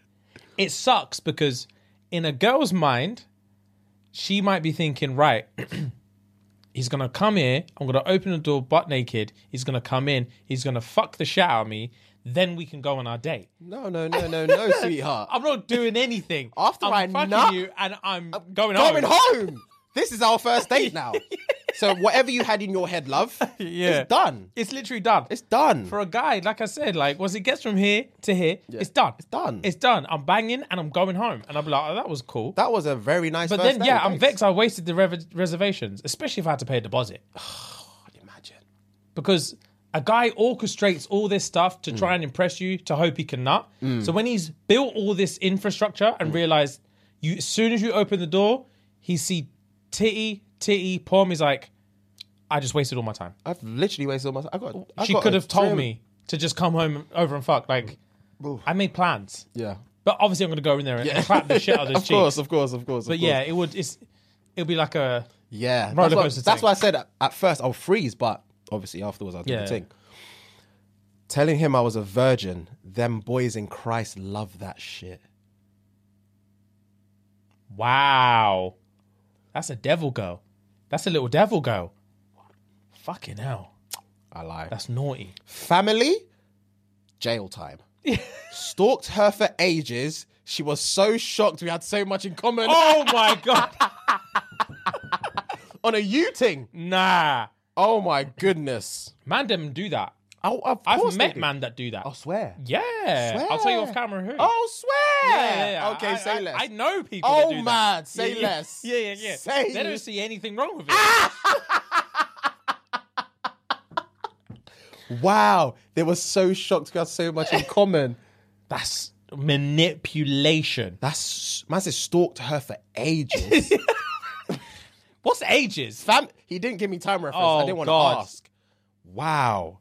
It sucks because in a girl's mind, she might be thinking, right, he's gonna come here. I'm gonna open the door butt naked. He's gonna come in. He's gonna fuck the shit out of me. Then we can go on our date.
No, no, no, no, no, sweetheart.
I'm not doing anything.
After
I'm
I
fucking
nut-
you, and I'm, going home.
Coming home. This is our first date now. so whatever you had in your head, love,
Yeah.
it's done.
It's literally done.
It's done.
for a guy, like I said, like once it gets from here to here, it's done. It's
done.
It's done. I'm banging and I'm going home, and I'm like, oh, that was cool.
that was a very nice.
but
first
then,
date,
yeah, I'm
thanks.
vexed. I wasted the rev- reservations, especially if I had to pay a deposit,
Imagine.
because a guy orchestrates all this stuff to try and impress you, to hope he can nut. So when he's built all this infrastructure and realized you, as soon as you open the door, he see titty, titty, porn. He's like, I just wasted all my time.
I've literally wasted all my. I got. I
she
got
could
a
have told
trim-
me to just come home over and fuck. Like, I made plans.
Yeah.
But obviously, I'm going to go in there and, and clap the shit out of his
Of
cheeks.
course, of course, of course.
but yeah, it would. It's it'll be like a
Yeah,
Roller
that's, what-
coaster
that's
thing.
why I said at, at first I'll freeze, but obviously afterwards I'll do
Yeah.
the thing. Telling him I was a virgin, them boys in Christ love that shit.
wow. That's a devil girl. That's a little devil girl. Fucking hell,
I lie.
that's naughty.
Family, jail time. Stalked her for ages. She was so shocked we had so much in common
Oh my god,
on a U ting.
nah,
Oh my goodness.
man, them do that.
Oh, of course
I've
they
met
do.
man that do that.
I swear.
yeah, I'll tell you off camera who.
Oh, swear.
Yeah, yeah, yeah.
Okay,
I-
say
I-
less.
I know people. that
Oh,
do
man,
that.
say
Yeah,
less.
Yeah, yeah, yeah.
Say- Ah!
They don't see anything wrong with it.
Wow, they were so shocked we had so much in common.
That's manipulation.
That's man said stalked her for ages.
What's ages?
Fam, he didn't give me time reference.
Oh,
I didn't want
God.
to ask. Wow,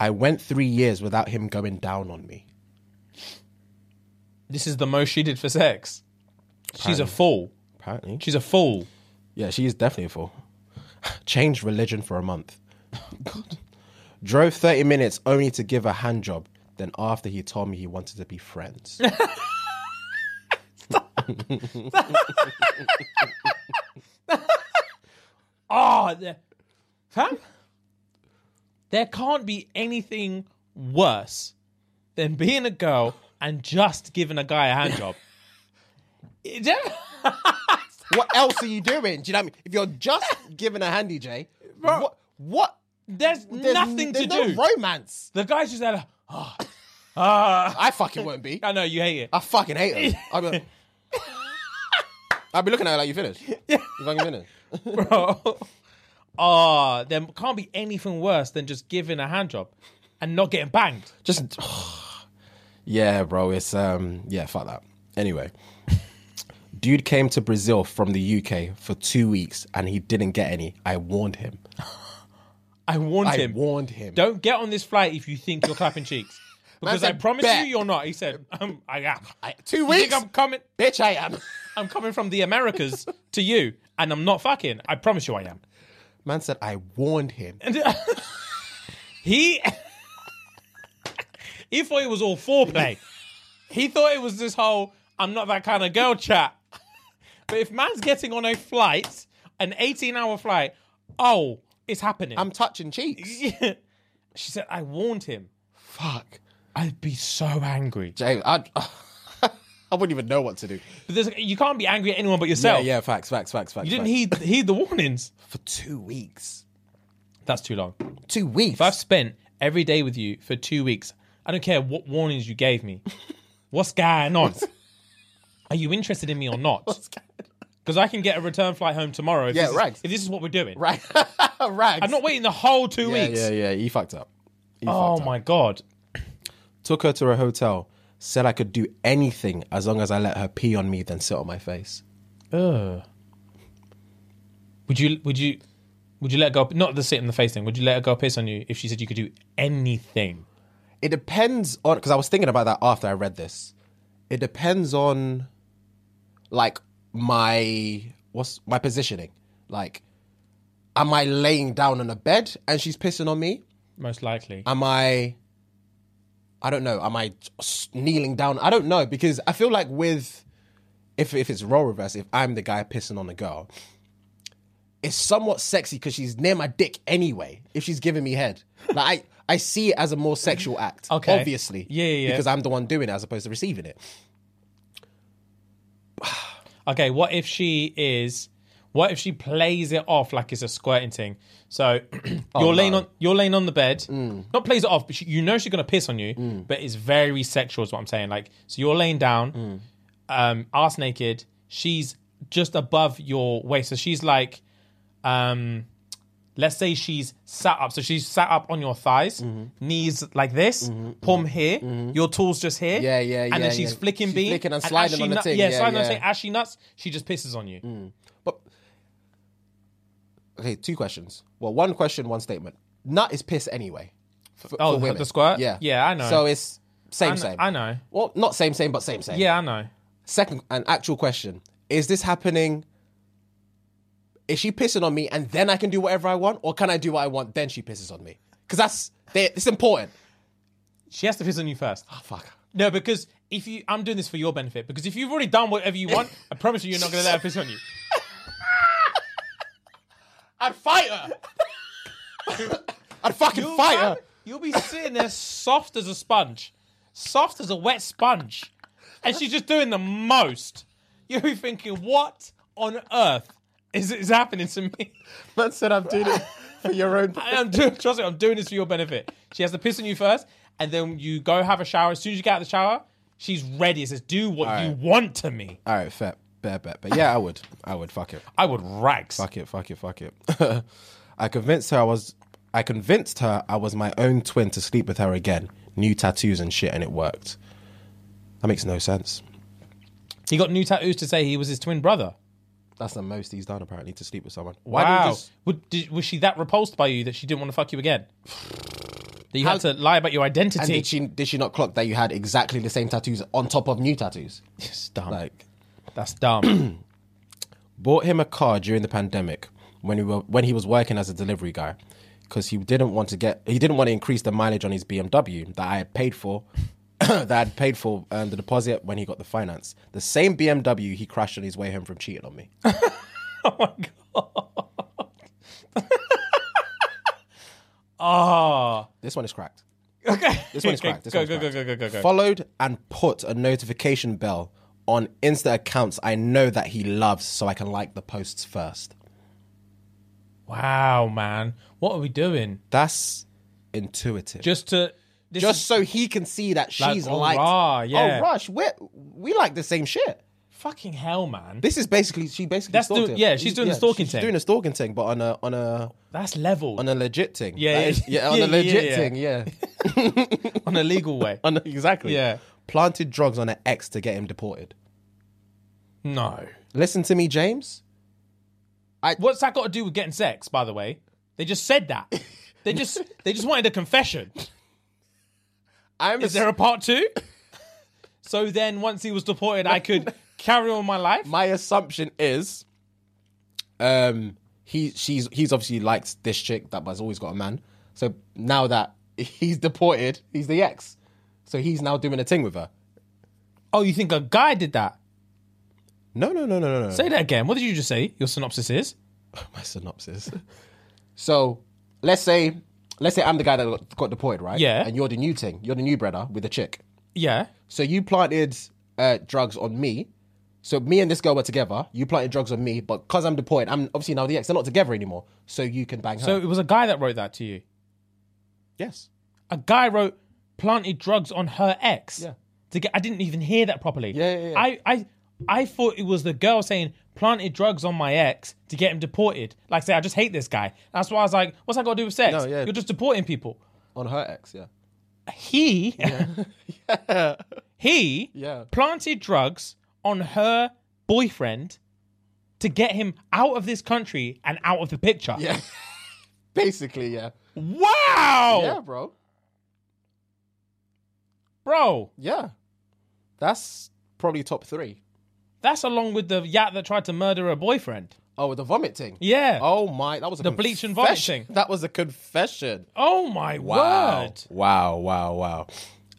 I went three years without him going down on me.
This is the most she did for sex. She's a fool.
Apparently,
She's a fool.
yeah, she is definitely a fool. Changed religion for a month. Drove thirty minutes only to give a hand job. Then after he told me he wanted to be friends.
Oh, there- fam. There can't be anything worse than being a girl and just giving a guy a handjob. It don't-
what else are you doing? Do you know what I mean? If you're just giving a handy J, what,
What? There's, nothing
there's
to
no
do.
romance.
The guy's just like, oh,
I fucking won't be.
I know you hate it.
I fucking hate her. I'll be, like- I'll be looking at her like you finished. You fucking finished. Oh.
bro. Ah, there can't be anything worse than just giving a hand job and not getting banged.
Just yeah, bro. It's um yeah, fuck that. Anyway, dude came to Brazil from the UK for two weeks and he didn't get any. I warned him.
I warned
I
him.
warned him.
Don't get on this flight if you think you're clapping cheeks. Because I
said,
promise
"Bet."
you, you're not. He said, um, I am.
two
You think
weeks?
I'm coming.
Bitch, I am.
I'm coming from the Americas to you, and I'm not fucking. I promise you, I am.
Man said I warned him.
He he thought it was all foreplay. He thought it was this whole "I'm not that kind of girl" chat. But if man's getting on a flight, an 18-hour flight, oh, it's happening.
I'm touching cheeks.
she said, "I warned him.
Fuck,
I'd be so angry."
James. I'd, I wouldn't even know what to do.
But there's, you can't be angry at anyone but yourself.
yeah, yeah, facts, facts, facts, facts.
You didn't
facts.
heed heed the warnings.
for two weeks.
That's too long.
Two weeks.
If I've spent every day with you for two weeks, I don't care what warnings you gave me. What's going on? Are you interested in me or not? Because I can get a return flight home tomorrow. If
Yeah,
this is-
right.
if this is what we're doing,
right, right.
I'm not waiting the whole two
Yeah,
weeks.
yeah, yeah. He fucked up. He
Oh
fucked up.
my god!
Took her to her hotel. Said I could do anything as long as I let her pee on me, then sit on my face.
Ugh. Would you? Would you? Would you let her go? Not the sit in the face thing. Would you let her go piss on you if she said you could do anything?
It depends on because I was thinking about that after I read this. It depends on, like my what's my positioning. Like, am I laying down on a bed and she's pissing on me?
Most likely.
Am I? I don't know. Am I s- kneeling down? I don't know because I feel like with if if it's role reverse, if I'm the guy pissing on the girl, it's somewhat sexy because she's near my dick anyway. If she's giving me head, like I I see it as a more sexual act,
Okay.
obviously,
Yeah, yeah, yeah.
because I'm the one doing it as opposed to receiving it.
Okay, what if she is? What if she plays it off like it's a squirting thing? So you're laying on you're laying on the bed, not plays it off, but she, you know she's gonna piss on you. But it's very sexual, is what I'm saying. Like so, you're laying down, um, ass naked. She's just above your waist, so she's like, um, let's say she's sat up. So she's sat up on your thighs,
Mm-hmm.
knees like this, palm here, your tools just here.
Yeah, yeah,
And
yeah,
then she's
yeah.
flicking
She's
B.
flicking and
as
sliding
she
on the
nut-
thing,
Yeah,
yeah,
sliding on the
yeah. Mm.
thing. As she nuts, she just pisses on you.
But okay, two questions. Well, one question, one statement. Nut is piss anyway. For,
oh,
for women.
the squirt?
Yeah,
Yeah, I know.
So it's same,
I kn-
same.
I know.
Well, not same, same, but same, same.
Yeah, I know.
Second, an actual question: Is this happening? Is she pissing on me, and then I can do whatever I want, or can I do what I want, then she pisses on me? Because that's they, it's important.
She has to piss on you first.
Oh, Fuck.
No, because if you, I'm doing this for your benefit. Because if you've already done whatever you want, I promise you, you're not going to let her piss on you.
I'd fight her. I'd fucking fight her.
You'll be sitting there soft as a sponge, soft as a wet sponge, and she's just doing the most. You'll be thinking, what on earth is, is happening to me?
Man said I'm doing it for your own.
I am doing, trust me, I'm doing this for your benefit. She has to piss on you first, and then you go have a shower. As soon as you get out of the shower, she's ready. It says, do what you want to me.
All right, fair, fair bet, but yeah, I would, I would, fuck it.
I would rags.
Fuck it, fuck it, fuck it. I convinced her I was I convinced her I was my own twin to sleep with her again. New tattoos and shit and it worked. That makes no sense.
He got new tattoos to say he was his twin brother.
That's the most he's done apparently to sleep with someone. Why
Wow.
didn't just
Would- did- was she that repulsed by you that she didn't want to fuck you again? That you had to lie about your
and
identity.
did she did she not clock that you had exactly the same tattoos on top of new tattoos?
That's dumb.
Like
That's dumb.
bought him a car during the pandemic when he were, when he was working as a delivery guy because he didn't want to get he didn't want to increase the mileage on his BMW that I had paid for that I had paid for um, the deposit when he got the finance the same BMW he crashed on his way home from cheating on me
Ah.
this one is cracked
okay.
this one is cracked this
Go,
one's
go, go,
cracked.
go, go, go, go.
followed and put a notification bell on Insta accounts I know that he loves so I can like the posts first
Wow, man, what are we doing?
That's intuitive.
Just
Just,
to this is-
so he can see that
Like,
she's
oh,
like,
rah, yeah.
oh, Rush, we we like the same shit.
fucking hell, man.
This is basically she basically
That's
stalked
doing-
him.
yeah, she's doing the stalking
she's
thing.
doing a stalking thing, but on a on a
That's level
on a legit thing.
Yeah,
That
yeah.
is- yeah, on
Yeah,
a
yeah,
legit
yeah, yeah.
thing. Yeah,
on a legal way.
on a- exactly.
Yeah.
planted drugs on an ex to get him deported.
No.
Listen to me, James.
What's that got to do with getting sex? By the way, they just said that. They just they just wanted a confession.
I'm
Is there a part two? So then, once he was deported, I could carry on my life.
my assumption is um he she's he's obviously likes this chick that has always got a man so now that he's deported he's the ex so he's now doing a thing with her
oh, you think a guy did that?
no no no no no no
Say that again. What did you just say? Your synopsis is
my synopsis so let's say let's say i'm the guy that got- got deported right
Yeah.
and you're the new thing you're the new brother with the chick
yeah.
so you planted uh, drugs on me so me and this girl were together you planted drugs on me but because i'm deported i'm obviously now the ex they're not together anymore so you can bang her
So it was a guy that wrote that to you.
yes
A guy wrote planted drugs on her ex.
Yeah.
To get, I didn't even hear that properly.
Yeah, yeah, yeah.
I, I, I thought it was the girl saying planted drugs on my ex to get him deported. Like say, I just hate this guy. That's why I was like, what's that got to do with sex?
No, yeah.
You're just deporting people.
On her ex, yeah.
He, he
Yeah.
planted drugs on her boyfriend to get him out of this country and out of the picture.
Yeah. Basically, yeah.
Wow,
Yeah, bro.
bro.
Yeah. That's probably top three.
That's along with the yacht that tried to murder her boyfriend.
Oh, the vomit thing.
Yeah.
Oh my, that was a
The bleach and vomit thing.
That was a confession.
Oh my word.
Wow, wow, wow.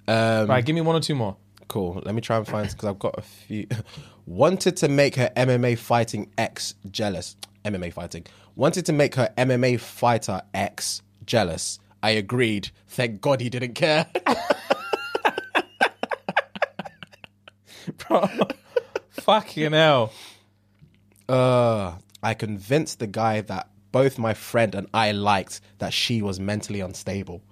Um,
Right, give me one or two more.
Cool. Let me try and find because I've got a few. Wanted to make her MMA fighting ex jealous. MMA fighting. Wanted to make her MMA fighter ex jealous. I agreed. Thank God he didn't care.
Fucking hell.
Uh, I convinced the guy that both my friend and I liked that she was mentally unstable.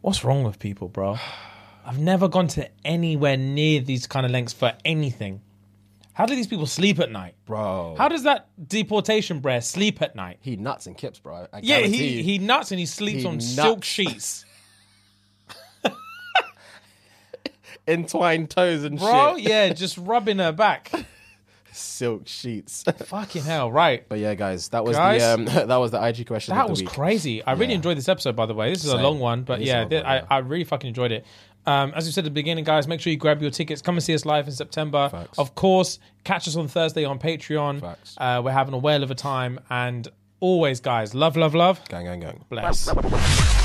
What's wrong with people, bro? I've never gone to anywhere near these kind of lengths for anything. How do these people sleep at night?
Bro.
How does that deportation bear sleep at night?
He nuts and kips, bro. I
Yeah,
guarantee
he,
you.
he nuts and he sleeps
He
on
nuts.
silk sheets.
entwined toes and
Bro,
shit.
yeah, just rubbing her back.
Silk sheets.
Fucking hell, right.
but yeah, guys, that was
Guys?
the um, that was the IG question. of
That
the
was
week.
crazy. I really enjoyed this episode, by the way. This is
Same.
a long one, but
It is a
yeah,
long
th-
one, yeah.
I, I really fucking enjoyed it. Um, as we said at the beginning, guys, make sure you grab your tickets. Come and see us live in September.
Facts.
Of course, catch us on Thursday on Patreon.
Facts.
Uh, we're having a whale of a time. And always, guys, love, love, love.
Gang, gang, gang.
Bless.